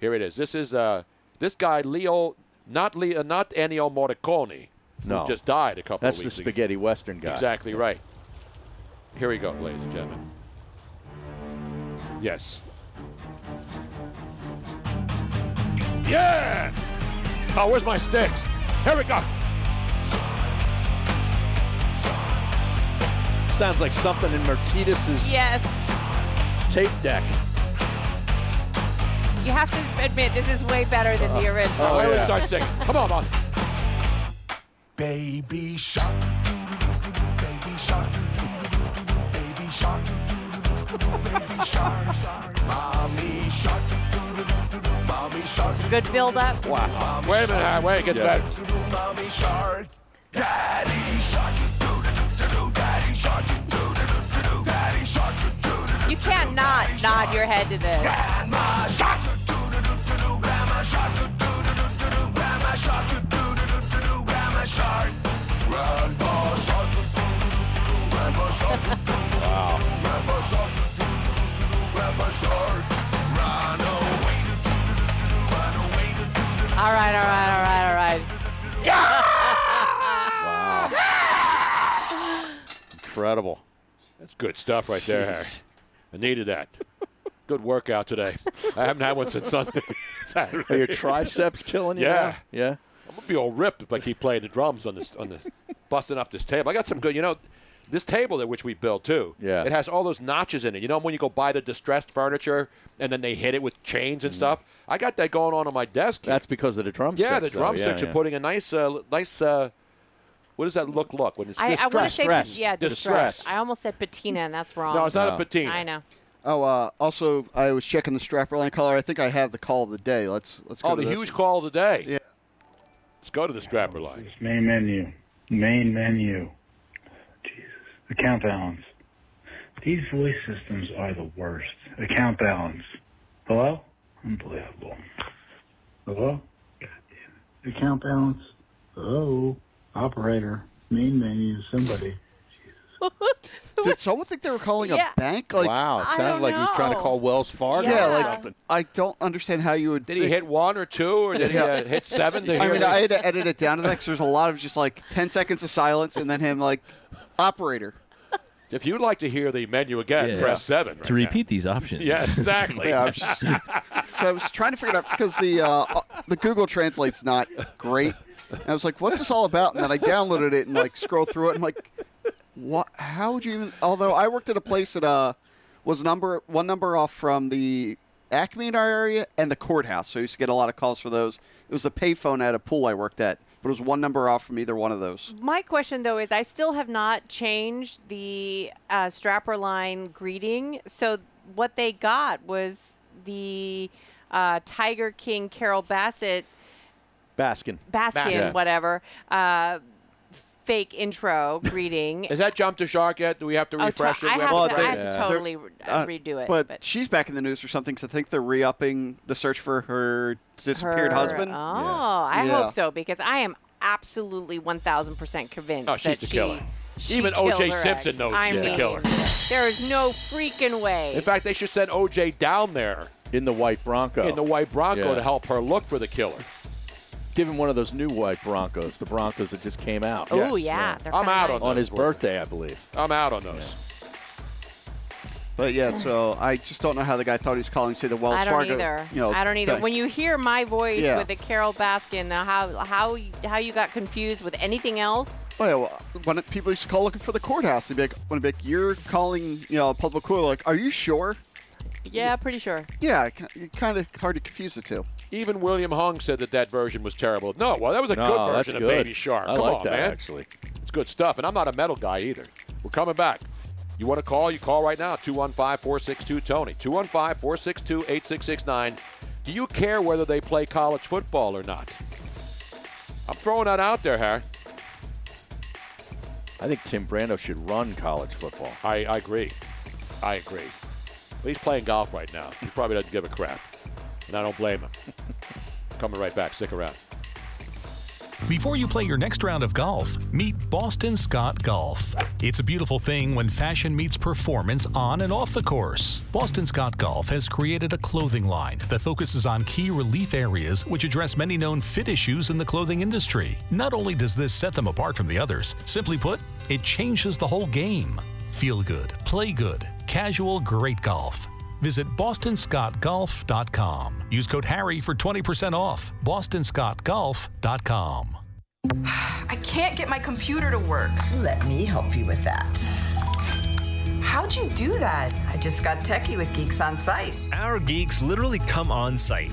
Speaker 4: Here it is. This is uh, this guy Leo, not Leo, not Ennio Morricone,
Speaker 5: No.
Speaker 4: who just died a couple
Speaker 5: That's
Speaker 4: of
Speaker 5: the
Speaker 4: weeks ago.
Speaker 5: spaghetti western guy.
Speaker 4: Exactly right. Here we go, ladies and gentlemen. Yes. Yeah! Oh, where's my sticks? Here we go.
Speaker 5: Sounds like something in Mertitis's
Speaker 8: Yes,
Speaker 5: tape deck.
Speaker 8: you have to admit this is way better than the original.
Speaker 4: Oh, I always start singing. Come on, Bob.
Speaker 19: Baby shark, baby shark, baby shark, baby shark, mommy shark, mommy shark.
Speaker 8: Good build up.
Speaker 4: Wow. Wait a minute, Harry, wait, it gets
Speaker 19: Yeah.
Speaker 4: better.
Speaker 19: Mommy shark, daddy shark, doo-doo-doo-doo-doo, daddy shark, doo-doo-doo-doo-doo, daddy shark,
Speaker 8: You can't not nod your head to this.
Speaker 19: grandma shark, doo-doo-doo-doo-doo, grandma shark, doo-doo-doo-doo-doo, grandma shark, doo-doo-doo-doo-doo, grandma shark, grandpa shark, doo-doo-doo-doo-doo, grandpa shark, doo-doo-doo-doo-doo, grandpa shark, doo-doo-doo-doo-doo, grandpa shark, run away, doo-doo-doo-doo-doo, run away, doo-doo-doo-doo-doo,
Speaker 5: Incredible.
Speaker 4: That's good stuff right there, Harry.
Speaker 5: Jeez.
Speaker 4: I needed that. Good workout today. I haven't had one since Sunday. Saturday.
Speaker 5: Are your triceps killing you
Speaker 4: Yeah,
Speaker 5: now? yeah.
Speaker 4: I'm gonna be all ripped if I keep playing the drums on this, on the, busting up this table. I got some good. You know, this table that which we built too.
Speaker 5: Yeah.
Speaker 4: It has all those notches in it. You know when you go buy the distressed furniture and then they hit it with chains
Speaker 5: Mm.
Speaker 4: and stuff. I got that going on on my desk.
Speaker 5: That's because of the drumsticks.
Speaker 4: yeah, the
Speaker 5: though.
Speaker 4: drumsticks
Speaker 5: yeah,
Speaker 4: are
Speaker 5: yeah.
Speaker 4: putting a nice, uh, nice. Uh, what does that look look when it's
Speaker 8: I, I want to
Speaker 4: distressed?
Speaker 8: say, yeah, distress. I almost said patina, and that's wrong.
Speaker 4: No, it's not a No. patina.
Speaker 8: I know.
Speaker 20: Oh, uh, also, I was checking the strapper line collar. I think I have the call of the day. Let's let's
Speaker 4: Oh,
Speaker 20: go. to
Speaker 4: the
Speaker 20: this.
Speaker 4: huge call of the day. Yeah. Let's go to the strapper line.
Speaker 21: Main menu. Main menu. Jesus. Account balance. These voice systems are the worst. Account balance. Hello? Unbelievable. Hello? Goddamn. Account balance. Hello? Operator. Main menu. Somebody.
Speaker 20: Did someone think they were calling Yeah. a bank? Like,
Speaker 5: wow, it
Speaker 20: I
Speaker 5: sounded
Speaker 20: don't
Speaker 5: like he was trying to
Speaker 20: know.
Speaker 5: call Wells Fargo.
Speaker 20: yeah,
Speaker 5: or
Speaker 20: like
Speaker 5: something.
Speaker 20: I don't understand how you would.
Speaker 4: Did he hit one or two, or did he uh, hit seven? To
Speaker 20: I
Speaker 4: hear
Speaker 20: mean,
Speaker 4: the-
Speaker 20: I had to edit it down to that because there's a lot of just like ten seconds of silence and then him like operator.
Speaker 4: If you'd like to hear the menu again,
Speaker 20: Yeah.
Speaker 4: press seven.
Speaker 7: to
Speaker 4: right
Speaker 7: repeat these options.
Speaker 4: Yeah, exactly.
Speaker 20: Yeah, I was just- so I was trying to figure it out because the uh, the Google Translate's not great. And I was like, "What's this all about?" And then I downloaded it and like scroll through it. And I'm like, "What? How would you even?" Although I worked at a place that uh, was number one number off from the Acme in our area and the courthouse, so I used to get a lot of calls for those. It was a payphone at a pool I worked at, but it was one number off from either one of those.
Speaker 8: My question though is, I still have not changed the uh, strapper line greeting. So what they got was the uh, Tiger King Carol Bassett
Speaker 5: Baskin.
Speaker 8: Baskin
Speaker 4: Yeah.
Speaker 8: whatever uh, fake intro greeting.
Speaker 4: Has that jumped the shark yet? Do we have to
Speaker 8: Oh, to-
Speaker 4: refresh it?
Speaker 8: I
Speaker 4: We
Speaker 8: have
Speaker 4: to-
Speaker 8: to- I have to
Speaker 20: Yeah.
Speaker 8: totally re- uh,
Speaker 20: Uh,
Speaker 8: redo it.
Speaker 20: But, she's back in the news or something, so I think they're re-upping the search for her disappeared
Speaker 8: Her-
Speaker 20: husband.
Speaker 8: Oh, I
Speaker 20: Yeah.
Speaker 8: hope so because I am absolutely 1,000% convinced
Speaker 20: Oh, she's
Speaker 8: that
Speaker 20: the
Speaker 8: she,
Speaker 20: killer.
Speaker 8: she
Speaker 4: Even
Speaker 8: killed
Speaker 4: O.J.
Speaker 8: her
Speaker 4: Simpson
Speaker 8: ex.
Speaker 4: knows
Speaker 8: I
Speaker 4: she's the
Speaker 8: mean,
Speaker 4: killer.
Speaker 8: There is no freaking way.
Speaker 4: In fact, they should send OJ down there
Speaker 5: in the white Bronco.
Speaker 4: in the white Bronco
Speaker 5: Yeah.
Speaker 4: to help her look for the killer.
Speaker 5: Give him one of those new white Broncos, the Broncos that just came out.
Speaker 4: Oh, Yes. yeah, they're I'm kinda out nice. on
Speaker 5: on his
Speaker 4: those, boy.
Speaker 5: birthday, I believe.
Speaker 4: I'm out on those.
Speaker 20: But yeah, so I just don't know how the guy thought he was calling, say the Wells
Speaker 8: I don't
Speaker 20: Fargo.
Speaker 8: either.
Speaker 20: You know,
Speaker 8: I don't either.
Speaker 20: bank.
Speaker 8: When you hear my voice
Speaker 20: Yeah.
Speaker 8: with the Carol Baskin, now how how how you got confused with anything else?
Speaker 20: Oh, yeah, well, when it- people used to call looking for the courthouse, they'd be like, when they'd be like, you're calling, you know, a public court, like, are you sure?
Speaker 8: Yeah, pretty sure.
Speaker 20: Yeah, kind of hard to confuse the two.
Speaker 4: Even William Hung said that that version was terrible. No, well, that was a
Speaker 5: No,
Speaker 4: good
Speaker 5: that's
Speaker 4: version of
Speaker 5: good.
Speaker 4: Baby Shark.
Speaker 5: I
Speaker 4: Come
Speaker 5: like
Speaker 4: on,
Speaker 5: that,
Speaker 4: man.
Speaker 5: actually.
Speaker 4: It's good stuff. And I'm not a metal guy either. We're coming back. You want to call? You call right now, 215 462 Tony. 215 462 8669. Do you care whether they play college football or not? I'm throwing that out there, Harry.
Speaker 5: I think Tim Brando should run college football.
Speaker 4: I, I agree. I agree. But he's playing golf right now. He probably doesn't give a crap. And I don't blame him. Coming right back. Stick around.
Speaker 10: Before you play your next round of golf, meet Boston Scott Golf. It's a beautiful thing when fashion meets performance on and off the course. Boston Scott Golf has created a clothing line that focuses on key relief areas which address many known fit issues in the clothing industry. Not only does this set them apart from the others, simply put, it changes the whole game. Feel good, play good, casual, great golf. Visit bostonscottgolf.com. Use code HARRY for 20% off. bostonscottgolf.com.
Speaker 14: I can't get my computer to work.
Speaker 15: Let me help you with that.
Speaker 14: How'd you do that?
Speaker 15: I just got techie with Geeks on Site.
Speaker 16: Our geeks literally come on site.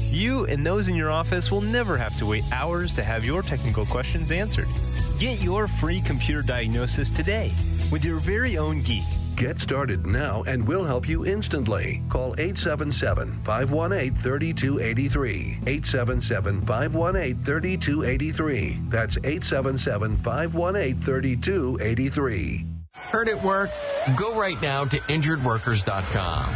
Speaker 16: You and those in your office will never have to wait hours to have your technical questions answered. Get your free computer diagnosis today with your very own geek.
Speaker 17: Get started now and we'll help you instantly. Call 877 518 3283. 877 518 3283. That's 877 518 3283.
Speaker 22: Heard it work? Go right now to injuredworkers.com.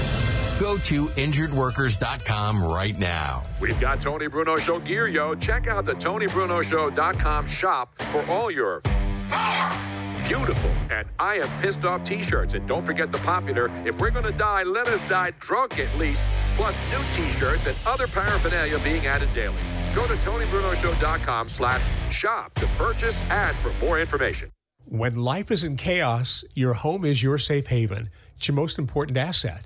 Speaker 23: Go to injuredworkers.com right now.
Speaker 4: We've got Tony Bruno Show gear, yo. Check out the TonyBrunoShow.com shop for all your beautiful and I am pissed off t-shirts. And don't forget the popular, if we're gonna die, let us die drunk at least, plus new t-shirts and other paraphernalia being added daily. Go to TonyBrunoShow.com slash shop to purchase and for more information.
Speaker 11: When life is in chaos, your home is your safe haven. It's your most important asset.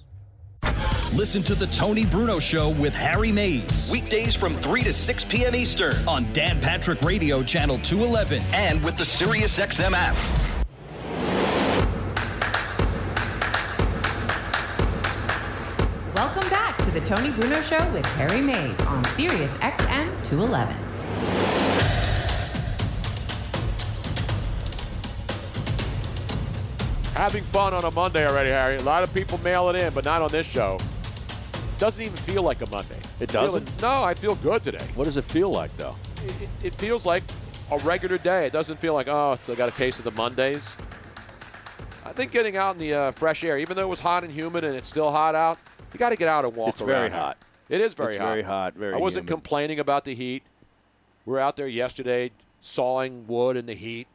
Speaker 2: Listen to The Tony Bruno Show with Harry Mays. Weekdays from 3 to 6 p.m. Eastern on Dan Patrick Radio, Channel 211, and with the SiriusXM app.
Speaker 3: Welcome back to the Tony Bruno Show with Harry Mays on Sirius XM 211.
Speaker 4: Having fun on a Monday already, Harry. A lot of people mail it in, but not on this show. Doesn't even feel like a Monday.
Speaker 5: It
Speaker 4: Feel-
Speaker 5: doesn't?
Speaker 4: no, I feel good today.
Speaker 5: What does it feel like, though?
Speaker 4: It, it feels like a regular day. It doesn't feel like, oh, it's I got a taste of the Mondays. I think getting out in the uh, fresh air, even though it was hot and humid and it's still hot out, you got to get out and walk
Speaker 5: It's very
Speaker 4: around.
Speaker 5: hot.
Speaker 4: It is very
Speaker 5: It's
Speaker 4: hot.
Speaker 5: very hot, very
Speaker 4: I wasn't
Speaker 5: humid.
Speaker 4: complaining about the heat. We were out there yesterday sawing wood in the heat.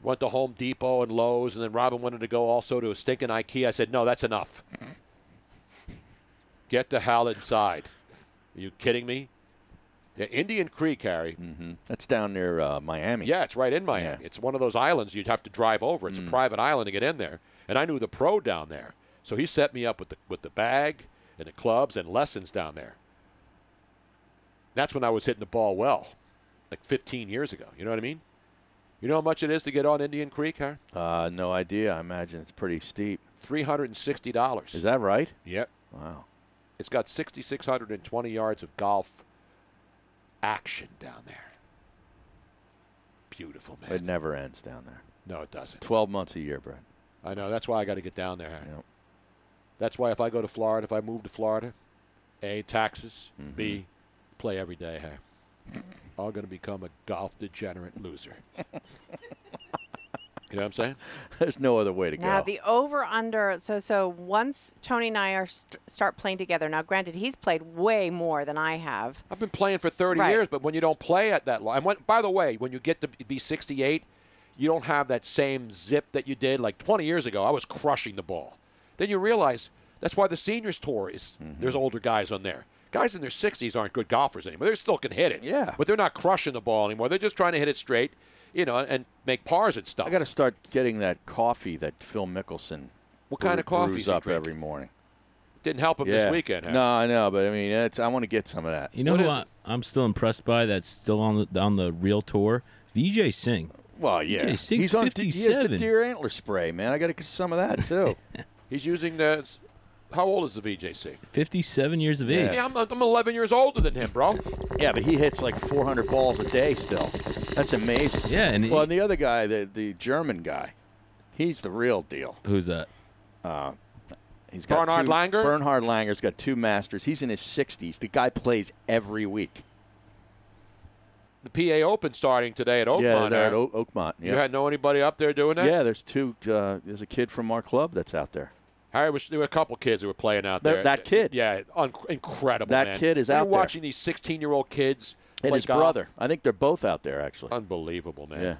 Speaker 4: Went to Home Depot and Lowe's, and then Robin wanted to go also to a stinking IKEA. I said, no, that's enough. Get the hell inside. Are you kidding me? Yeah, Indian Creek, Harry.
Speaker 5: Mm-hmm. That's down near uh, Miami.
Speaker 4: Yeah, it's right in Miami. It's one of those islands you'd have to drive over.
Speaker 5: Mm.
Speaker 4: It's a private island to get in there. And I knew the pro down there, so he set me up with the with the bag and the clubs and lessons down there. That's when I was hitting the ball well, like 15 years ago. You know what I mean? You know how much it is to get on Indian Creek, huh?
Speaker 5: Uh, no idea. I imagine it's pretty steep.
Speaker 4: Three hundred and sixty dollars.
Speaker 5: Is that right?
Speaker 4: Yep.
Speaker 5: Wow.
Speaker 4: It's got 6,620 yards of golf action down there. Beautiful, man.
Speaker 5: It never ends down there.
Speaker 4: No, it doesn't.
Speaker 5: Twelve months a year, Brett.
Speaker 4: I know. That's why I got to get down there. That's why if I go to Florida, if I move to Florida, A, taxes,
Speaker 5: Mm-hmm.
Speaker 4: B, play every day, hey. All going to become a golf degenerate loser. you know what I'm saying?
Speaker 5: There's no other way to
Speaker 8: Now the over under. So so once Tony and I are st- start playing together. Now, granted, he's played way more than I have.
Speaker 4: I've been playing for 30
Speaker 8: Right.
Speaker 4: years, but when you don't play at that long, and when, by the way, when you get to be 68, you don't have that same zip that you did like 20 years ago. I was crushing the ball. Then you realize that's why the seniors tour is
Speaker 5: Mm-hmm.
Speaker 4: there's older guys on there. Guys in their 60s aren't good golfers anymore. They still can hit it. Yeah. But they're not crushing the ball anymore. They're just trying to hit it straight, you know, and make pars and stuff.
Speaker 5: I got to start getting that coffee that Phil Mickelson.
Speaker 4: What kind
Speaker 5: brew-
Speaker 4: of coffee
Speaker 5: brews
Speaker 4: is he
Speaker 5: up
Speaker 4: drinking?
Speaker 5: every morning?
Speaker 4: Didn't help him this weekend. Harry.
Speaker 5: No, I know, but I mean, it's, I want to get some of that.
Speaker 7: You know who I, I'm still impressed by that's still on the on the real tour? Vijay Singh.
Speaker 5: Well, yeah,
Speaker 7: Vijay Singh's
Speaker 5: he's on. He has
Speaker 7: 57.
Speaker 5: the deer antler spray, man. I got to get some of that too.
Speaker 4: He's using the. How old is the VJC?
Speaker 7: 57 years of age.
Speaker 4: Hey, I'm, I'm 11 years older than him, bro.
Speaker 5: Yeah, but he hits like 400 balls a day still. That's amazing.
Speaker 7: Yeah, and
Speaker 5: well, and the other guy, the the German guy, he's the real deal.
Speaker 7: Who's that?
Speaker 5: Uh, he's got
Speaker 4: Bernhard
Speaker 5: two,
Speaker 4: Langer?
Speaker 5: Bernhard Langer's got two masters. He's in his 60s. The guy plays every week.
Speaker 4: The PA Open starting today at Oakmont. uh,
Speaker 5: yeah, they're at
Speaker 4: Harry.
Speaker 5: Oak- Oakmont. Yeah.
Speaker 4: You had know anybody up there doing that?
Speaker 5: Yeah, there's two. Uh, there's a kid from our club that's out there.
Speaker 4: Harry was there were a couple kids who were playing out
Speaker 5: That-
Speaker 4: there.
Speaker 5: that kid.
Speaker 4: yeah, un- incredible.
Speaker 5: That
Speaker 4: man.
Speaker 5: kid is
Speaker 4: You're
Speaker 5: out there.
Speaker 4: watching these sixteen-year-old kids
Speaker 5: And
Speaker 4: play
Speaker 5: his
Speaker 4: golf.
Speaker 5: brother. I think they're both out there actually.
Speaker 4: Unbelievable, man.
Speaker 5: Yeah.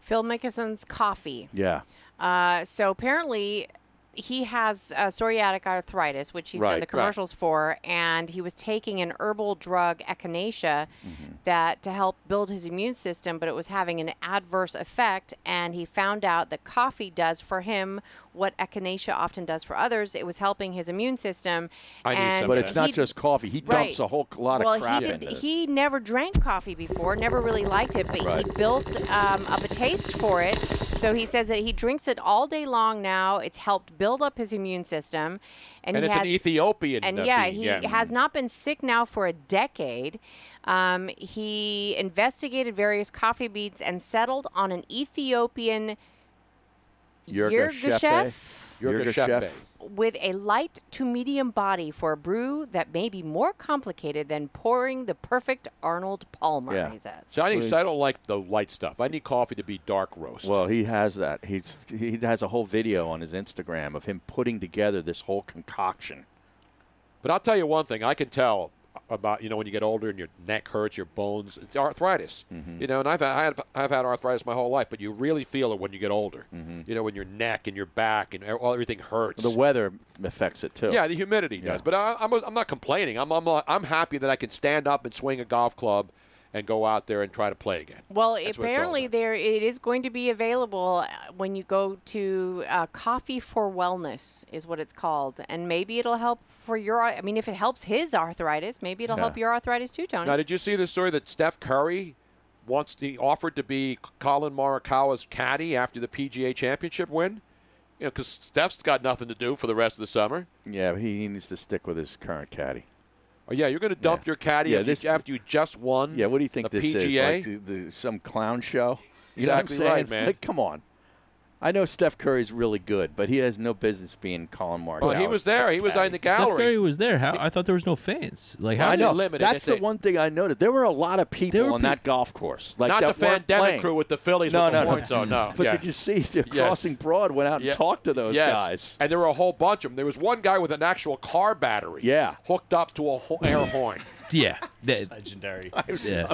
Speaker 8: Phil Mickelson's coffee.
Speaker 5: Yeah.
Speaker 8: Uh, so apparently, he has uh, psoriatic arthritis, which he's
Speaker 5: Right,
Speaker 8: done the
Speaker 5: right.
Speaker 8: commercials for, and he was taking an herbal drug echinacea
Speaker 5: Mm-hmm.
Speaker 8: that to help build his immune system, but it was having an adverse effect. And he found out that coffee does for him what echinacea often does for others. It was helping his immune system. and
Speaker 5: But it's not
Speaker 8: he-
Speaker 5: just coffee. He dumps
Speaker 8: Right.
Speaker 5: a whole lot
Speaker 8: well,
Speaker 5: of crap
Speaker 8: he
Speaker 5: in this.
Speaker 8: He never drank coffee before, never really liked it, but he
Speaker 5: Right.
Speaker 8: built um, up a taste for it. So he says that he drinks it all day long now. It's helped build up his immune system, and,
Speaker 4: And,
Speaker 8: he
Speaker 4: it's
Speaker 8: has
Speaker 4: an Ethiopian.
Speaker 8: and
Speaker 4: uh,
Speaker 8: yeah,
Speaker 4: bean,
Speaker 8: he
Speaker 4: yeah.
Speaker 8: has not been sick now for a decade. Um, he investigated various coffee beans and settled on an Ethiopian Yirgacheffe?
Speaker 4: Yirgacheffe.
Speaker 8: with a light to medium body for a brew that may be more complicated than pouring the perfect Arnold Palmer. He says.
Speaker 4: So I, think,
Speaker 5: Well,
Speaker 4: so I don't like the light stuff. I need coffee to be dark roast.
Speaker 5: Well, he has that. He's he has a whole video on his Instagram of him putting together this whole concoction.
Speaker 4: But I'll tell you one thing I can tell about you know when you get older and your neck hurts, your bones, it's arthritis.
Speaker 5: Mm-hmm.
Speaker 4: You know, and I've had, I have, I've had arthritis my whole life, but you really feel it when you get older. You know, when your neck and your back and e- all- everything hurts.
Speaker 5: Mm-hmm. The weather affects it too.
Speaker 4: Yeah, the humidity does. But I, I'm, I'm not complaining. I'm, I'm, not- I'm happy that I can stand up and swing a golf club and go out there and try to play again.
Speaker 8: Well,
Speaker 4: That's what it's all
Speaker 8: apparently there it is going to be available uh, when you go to uh, Coffee for Wellness is what it's called, and maybe it'll help for your. I mean, if it helps his arthritis, maybe it'll
Speaker 4: Yeah.
Speaker 8: help your arthritis too, Tony.
Speaker 4: Now, did you see the story that Steph Curry wants to offered to be Colin Morikawa's caddy after the PGA Championship win? You know, because Steph's got nothing to do for the rest of the summer.
Speaker 5: Yeah, he needs to stick with his current caddy.
Speaker 4: Oh yeah, you're going to dump your caddy
Speaker 5: Yeah,
Speaker 4: after, you-
Speaker 5: this-
Speaker 4: after you just won.
Speaker 5: Yeah, what do you think
Speaker 4: the
Speaker 5: this is?
Speaker 4: PGA?
Speaker 5: Like the, the, some clown show? You know what I'm
Speaker 4: Exactly
Speaker 5: saying?
Speaker 4: right, man.
Speaker 5: Like, come on. I know Steph Curry's really good, but he has no business being Colin Mark.
Speaker 4: Well, he was there. He was in the
Speaker 7: Steph Curry was there. How, I thought there was no fans. Like how
Speaker 5: I
Speaker 7: did-
Speaker 5: know. That's the one thing I noticed. There were a lot of people
Speaker 7: were
Speaker 5: on
Speaker 7: pe-
Speaker 5: that golf course. Like
Speaker 4: Not
Speaker 5: that
Speaker 4: the
Speaker 5: weren't
Speaker 4: Fandemic
Speaker 5: playing.
Speaker 4: crew with the Phillies
Speaker 5: No,
Speaker 4: with the
Speaker 5: no, no.
Speaker 4: horns on, no.
Speaker 5: But
Speaker 4: Yeah.
Speaker 5: did you see the
Speaker 4: Yes.
Speaker 5: Crossing Broad went out and
Speaker 4: Yeah.
Speaker 5: talked to those
Speaker 4: Yes.
Speaker 5: guys?
Speaker 4: and there were a whole bunch of them. There was one guy with an actual car battery,
Speaker 5: Yeah.
Speaker 4: hooked up to a ho- air horn.
Speaker 7: Yeah, that-
Speaker 5: Legendary.
Speaker 7: yeah.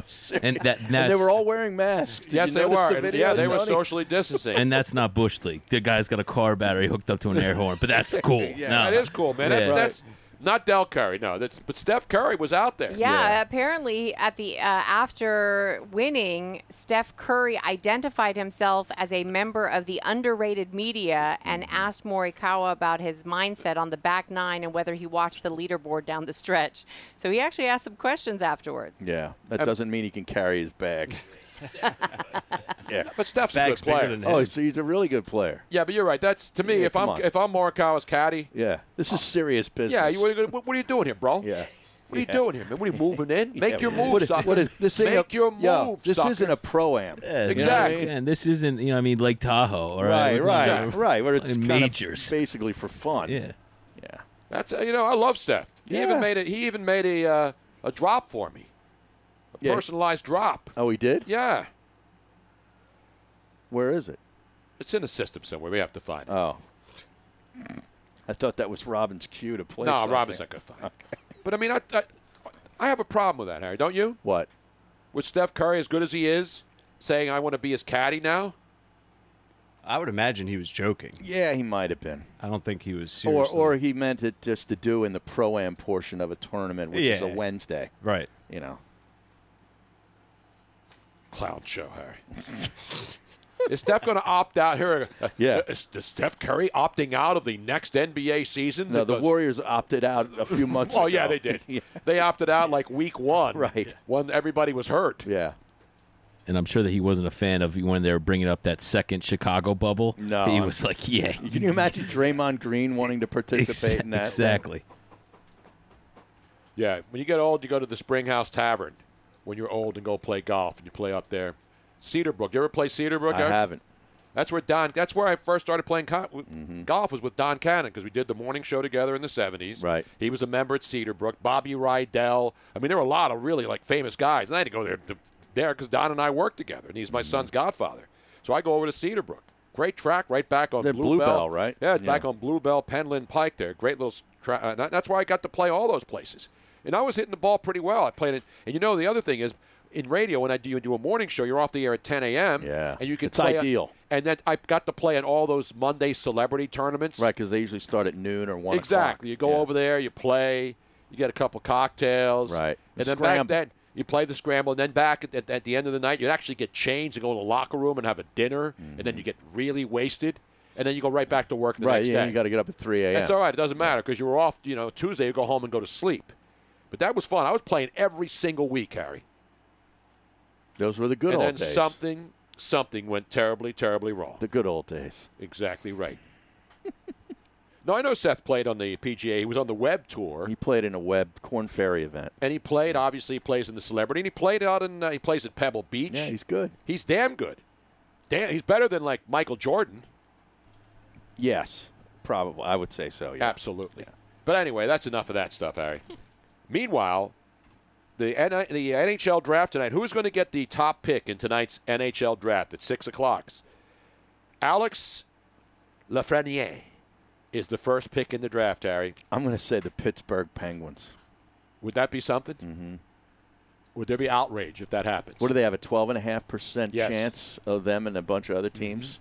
Speaker 7: and
Speaker 5: And,
Speaker 7: that
Speaker 5: they
Speaker 7: that's-
Speaker 5: were all wearing masks. Did
Speaker 4: yes,
Speaker 5: you
Speaker 4: they
Speaker 5: notice
Speaker 4: were.
Speaker 5: The
Speaker 4: And,
Speaker 5: video,
Speaker 4: yeah, they were
Speaker 5: Tony?
Speaker 4: socially distancing.
Speaker 7: and that's not bush league. The guy's got a car battery hooked up to an air horn, but that's cool.
Speaker 4: Yeah,
Speaker 7: No.
Speaker 4: that is cool, man. That's
Speaker 7: Yeah.
Speaker 4: that's not Del Curry, no. That's but Steph Curry was out there.
Speaker 8: Yeah, apparently at the uh, after winning, Steph Curry identified himself as a member of the underrated media and
Speaker 4: Mm-hmm.
Speaker 8: asked Morikawa about his mindset on the back nine and whether he watched the leaderboard down the stretch. So he actually asked some questions afterwards.
Speaker 5: Yeah, that
Speaker 8: Um,
Speaker 5: doesn't mean he can carry his bag. yeah,
Speaker 4: but Steph's a Bag's good bigger player. than
Speaker 5: oh,
Speaker 4: him.
Speaker 5: so he's a really good player.
Speaker 4: Yeah, but you're right. That's to me.
Speaker 5: Yeah,
Speaker 4: if I'm
Speaker 5: come on.
Speaker 4: if I'm Morikawa's caddy,
Speaker 5: Yeah, this is serious business.
Speaker 4: Oh. yeah, you, what, are you, what are you doing here, bro? Yeah. What are you
Speaker 5: Yeah.
Speaker 4: doing here, man? What are you moving in?
Speaker 5: Yeah,
Speaker 4: Make your
Speaker 5: man.
Speaker 4: move,
Speaker 5: What is-
Speaker 4: sucker.
Speaker 5: what is- this ain't
Speaker 4: Make
Speaker 5: a-
Speaker 4: your move,
Speaker 5: yo, this
Speaker 4: sucker.
Speaker 5: isn't a pro-am.
Speaker 7: Yeah, you know what I
Speaker 4: Exactly.
Speaker 7: mean? And this isn't, you know, I mean, Lake Tahoe, all
Speaker 5: right,
Speaker 7: right,
Speaker 5: right, right. Where it's
Speaker 7: Playing
Speaker 5: kind of
Speaker 7: majors,
Speaker 5: basically for fun.
Speaker 7: Yeah,
Speaker 5: yeah.
Speaker 4: That's uh, you know I love Steph. He even
Speaker 5: Yeah.
Speaker 4: made a he even made a uh, a drop for me, a
Speaker 5: Yeah.
Speaker 4: personalized drop.
Speaker 5: Oh, he did.
Speaker 4: Yeah,
Speaker 5: Where is it?
Speaker 4: it's in the system somewhere. We have to find it.
Speaker 5: Oh, I thought that was Robin's cue to play.
Speaker 4: No,
Speaker 5: something.
Speaker 4: Robin's not gonna find But I mean, I, I I have a problem with that, Harry. Don't you?
Speaker 5: What?
Speaker 4: With Steph Curry, as good as he is, saying I want to be his caddy now.
Speaker 6: I would imagine he was joking.
Speaker 5: Yeah, he might have been.
Speaker 6: I don't think he was
Speaker 5: Or,
Speaker 6: serious.
Speaker 5: or he meant it just to do in the pro-am portion of a tournament, which is a
Speaker 6: Yeah.
Speaker 5: Wednesday.
Speaker 6: Right.
Speaker 5: You know.
Speaker 4: Clown show, Harry. is Steph going to opt out here? Yeah. Is, is Steph Curry opting out of the next NBA season?
Speaker 5: No, the
Speaker 4: Because-
Speaker 5: Warriors opted out a few months ago.
Speaker 4: oh yeah, they did. They opted out like week one, right? When everybody was hurt.
Speaker 5: Yeah.
Speaker 7: and I'm sure that he wasn't a fan of when they were bringing up that second Chicago bubble.
Speaker 5: No.
Speaker 7: he was like, yeah,
Speaker 5: Can you imagine Draymond Green wanting to participate in that?
Speaker 7: exactly.
Speaker 4: Yeah, when you get old, you go to the Springhouse Tavern when you're old and go play golf and you play up there. Cedarbrook. You ever play Cedarbrook?
Speaker 5: I
Speaker 4: Eric?
Speaker 5: haven't.
Speaker 4: That's where Don. That's where I first started playing con- w-
Speaker 5: Mm-hmm.
Speaker 4: golf was with Don Cannon because we did the morning show together in the '70s. Right. He was a member at Cedarbrook. Bobby Rydell. I mean, there were a lot of really like famous guys,
Speaker 5: Mm-hmm.
Speaker 4: and I had to go there to, there because Don and I worked together, and he's my son's godfather. So I go over to Cedarbrook. Great track right back on
Speaker 5: They're
Speaker 4: Bluebell.
Speaker 5: Bluebell, right?
Speaker 4: Yeah, it's
Speaker 5: Yeah.
Speaker 4: back on Bluebell, Penland Pike there. Great little s- tra Uh, that- that's where I got to play all those places. And I was hitting the ball pretty well. I played it. And you know, the other thing is in radio, when I do, you do a morning show, you're off the air at 10 a.m. Yeah. And you can
Speaker 5: It's
Speaker 4: play a-
Speaker 5: ideal.
Speaker 4: and that I got to play at all those Monday celebrity tournaments.
Speaker 5: Right, because they usually start at noon or one. o'clock.
Speaker 4: Exactly. You go over there, you play, you get a couple cocktails.
Speaker 5: Right.
Speaker 4: And then
Speaker 5: Scramble.
Speaker 4: back then, you play the scramble, and then back at, at, at the end of the night, you'd actually get changed and go to the locker room and have a dinner, and then you get really wasted, and then you go right back to work the
Speaker 5: Mm-hmm. right,
Speaker 4: next
Speaker 5: yeah,
Speaker 4: day.
Speaker 5: you got to get up at three a.m.
Speaker 4: That's all right. It doesn't matter because you were off, you know, Tuesday, you go home and go to sleep. But that was fun. I was playing every single week, Harry.
Speaker 5: Those were the good
Speaker 4: and
Speaker 5: old
Speaker 4: then
Speaker 5: days.
Speaker 4: something, something went terribly, terribly wrong.
Speaker 5: The good old days.
Speaker 4: Exactly right. no, I know Seth played on the PGA. He was on the web tour.
Speaker 5: He played in a web Corn Ferry event.
Speaker 4: And he played, obviously, he plays in the celebrity, and he played out in, uh, he plays at Pebble Beach. Yeah, he's
Speaker 5: good.
Speaker 4: He's damn good. Damn, he's better than like Michael Jordan.
Speaker 5: Yes, probably. I would say so. Yeah.
Speaker 4: Absolutely. But anyway, that's enough of that stuff, Harry. Meanwhile, the N- the NHL draft tonight. Who's going to get the top pick in tonight's NHL draft at six o'clock? Alex Lafreniere is the first pick in the draft, Harry.
Speaker 5: I'm going to say the Pittsburgh Penguins.
Speaker 4: Would that be something? Mm-hmm. Would there be outrage if that happens?
Speaker 5: What do they have? A twelve and a half percent
Speaker 4: Yes.
Speaker 5: chance of them and a bunch of other teams.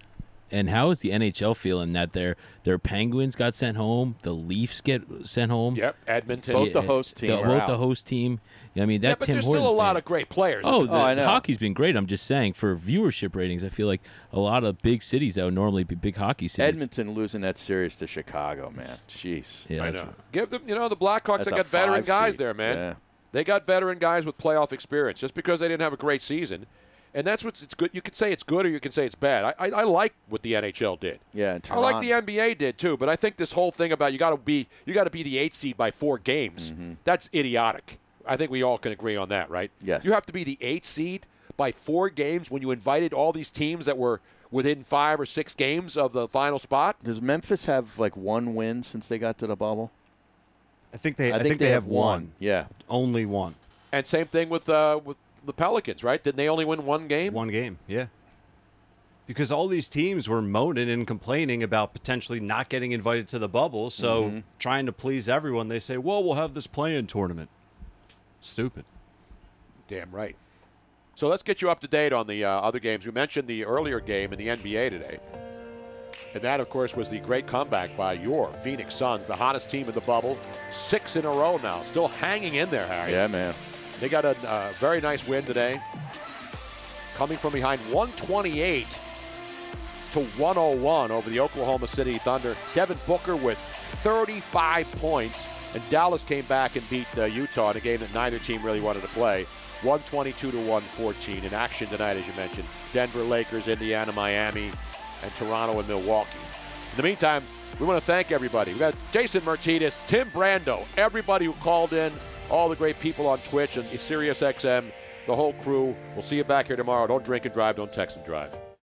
Speaker 7: And how is the NHL feeling that their their Penguins got sent home, the Leafs get sent home?
Speaker 4: Yep, Edmonton.
Speaker 5: Both the host team are
Speaker 7: both
Speaker 5: out.
Speaker 7: the host team. I mean, that
Speaker 4: yeah, but
Speaker 7: Tim
Speaker 4: there's
Speaker 7: Hortons
Speaker 4: still a
Speaker 7: thing-
Speaker 4: lot of great players.
Speaker 7: Oh, the,
Speaker 4: I know.
Speaker 7: hockey's been great. I'm just saying for viewership ratings, I feel like a lot of big cities that would normally be big hockey cities.
Speaker 5: Edmonton losing that series to Chicago, man. Jeez.
Speaker 7: Yeah, I that's- know.
Speaker 4: Give them, you know, the Blackhawks.
Speaker 5: That's
Speaker 4: They
Speaker 5: a
Speaker 4: got veteran
Speaker 5: five
Speaker 4: guys
Speaker 5: seed.
Speaker 4: there, man.
Speaker 5: Yeah.
Speaker 4: They got veteran guys with playoff experience. Just because they didn't have a great season, and that's what's it's good. You could say it's good, or you can say it's bad. I, I, I like what the NHL did.
Speaker 5: Yeah, and
Speaker 4: I like
Speaker 5: Toronto-
Speaker 4: the NBA did too. But I think this whole thing about you got to be you got to be the eight seed by four games.
Speaker 5: Mm-hmm.
Speaker 4: That's idiotic. I think we all can agree on that, right?
Speaker 5: Yes.
Speaker 4: You have to be the eight seed by four games when you invited all these teams that were within five or six games of the final spot.
Speaker 5: Does Memphis have like one win since they got to the bubble?
Speaker 6: I think they. I,
Speaker 5: think, they, have one. Yeah,
Speaker 6: only one.
Speaker 4: And same thing with uh, with the Pelicans, right? Didn't they only win one game?
Speaker 6: One game, yeah. Because all these teams were moaning and complaining about potentially not getting invited to the bubble. So trying to please everyone, they say, "Well, we'll have this play-in tournament." Stupid.
Speaker 4: Damn right. So let's get you up to date on the uh, other games. We mentioned the earlier game in the NBA today. And that, of course, was the great comeback by your Phoenix Suns, the hottest team in the bubble. Six in a row now, still hanging in there, Harry.
Speaker 5: Yeah, man.
Speaker 4: They got a uh, very nice win today, coming from behind 128 to 101 over the Oklahoma City Thunder. Devin Booker with 35 points, and Dallas came back and beat uh, Utah in a game that neither team really wanted to play. 122 to 114 in action tonight, as you mentioned. Denver, Lakers, Indiana, Miami, and Toronto and Milwaukee. In the meantime, we want to thank everybody. We got Jason Martinez, Tim Brando, everybody who called in, all the great people on Twitch and SiriusXM, the whole crew. We'll see you back here tomorrow. Don't drink and drive. Don't text and drive.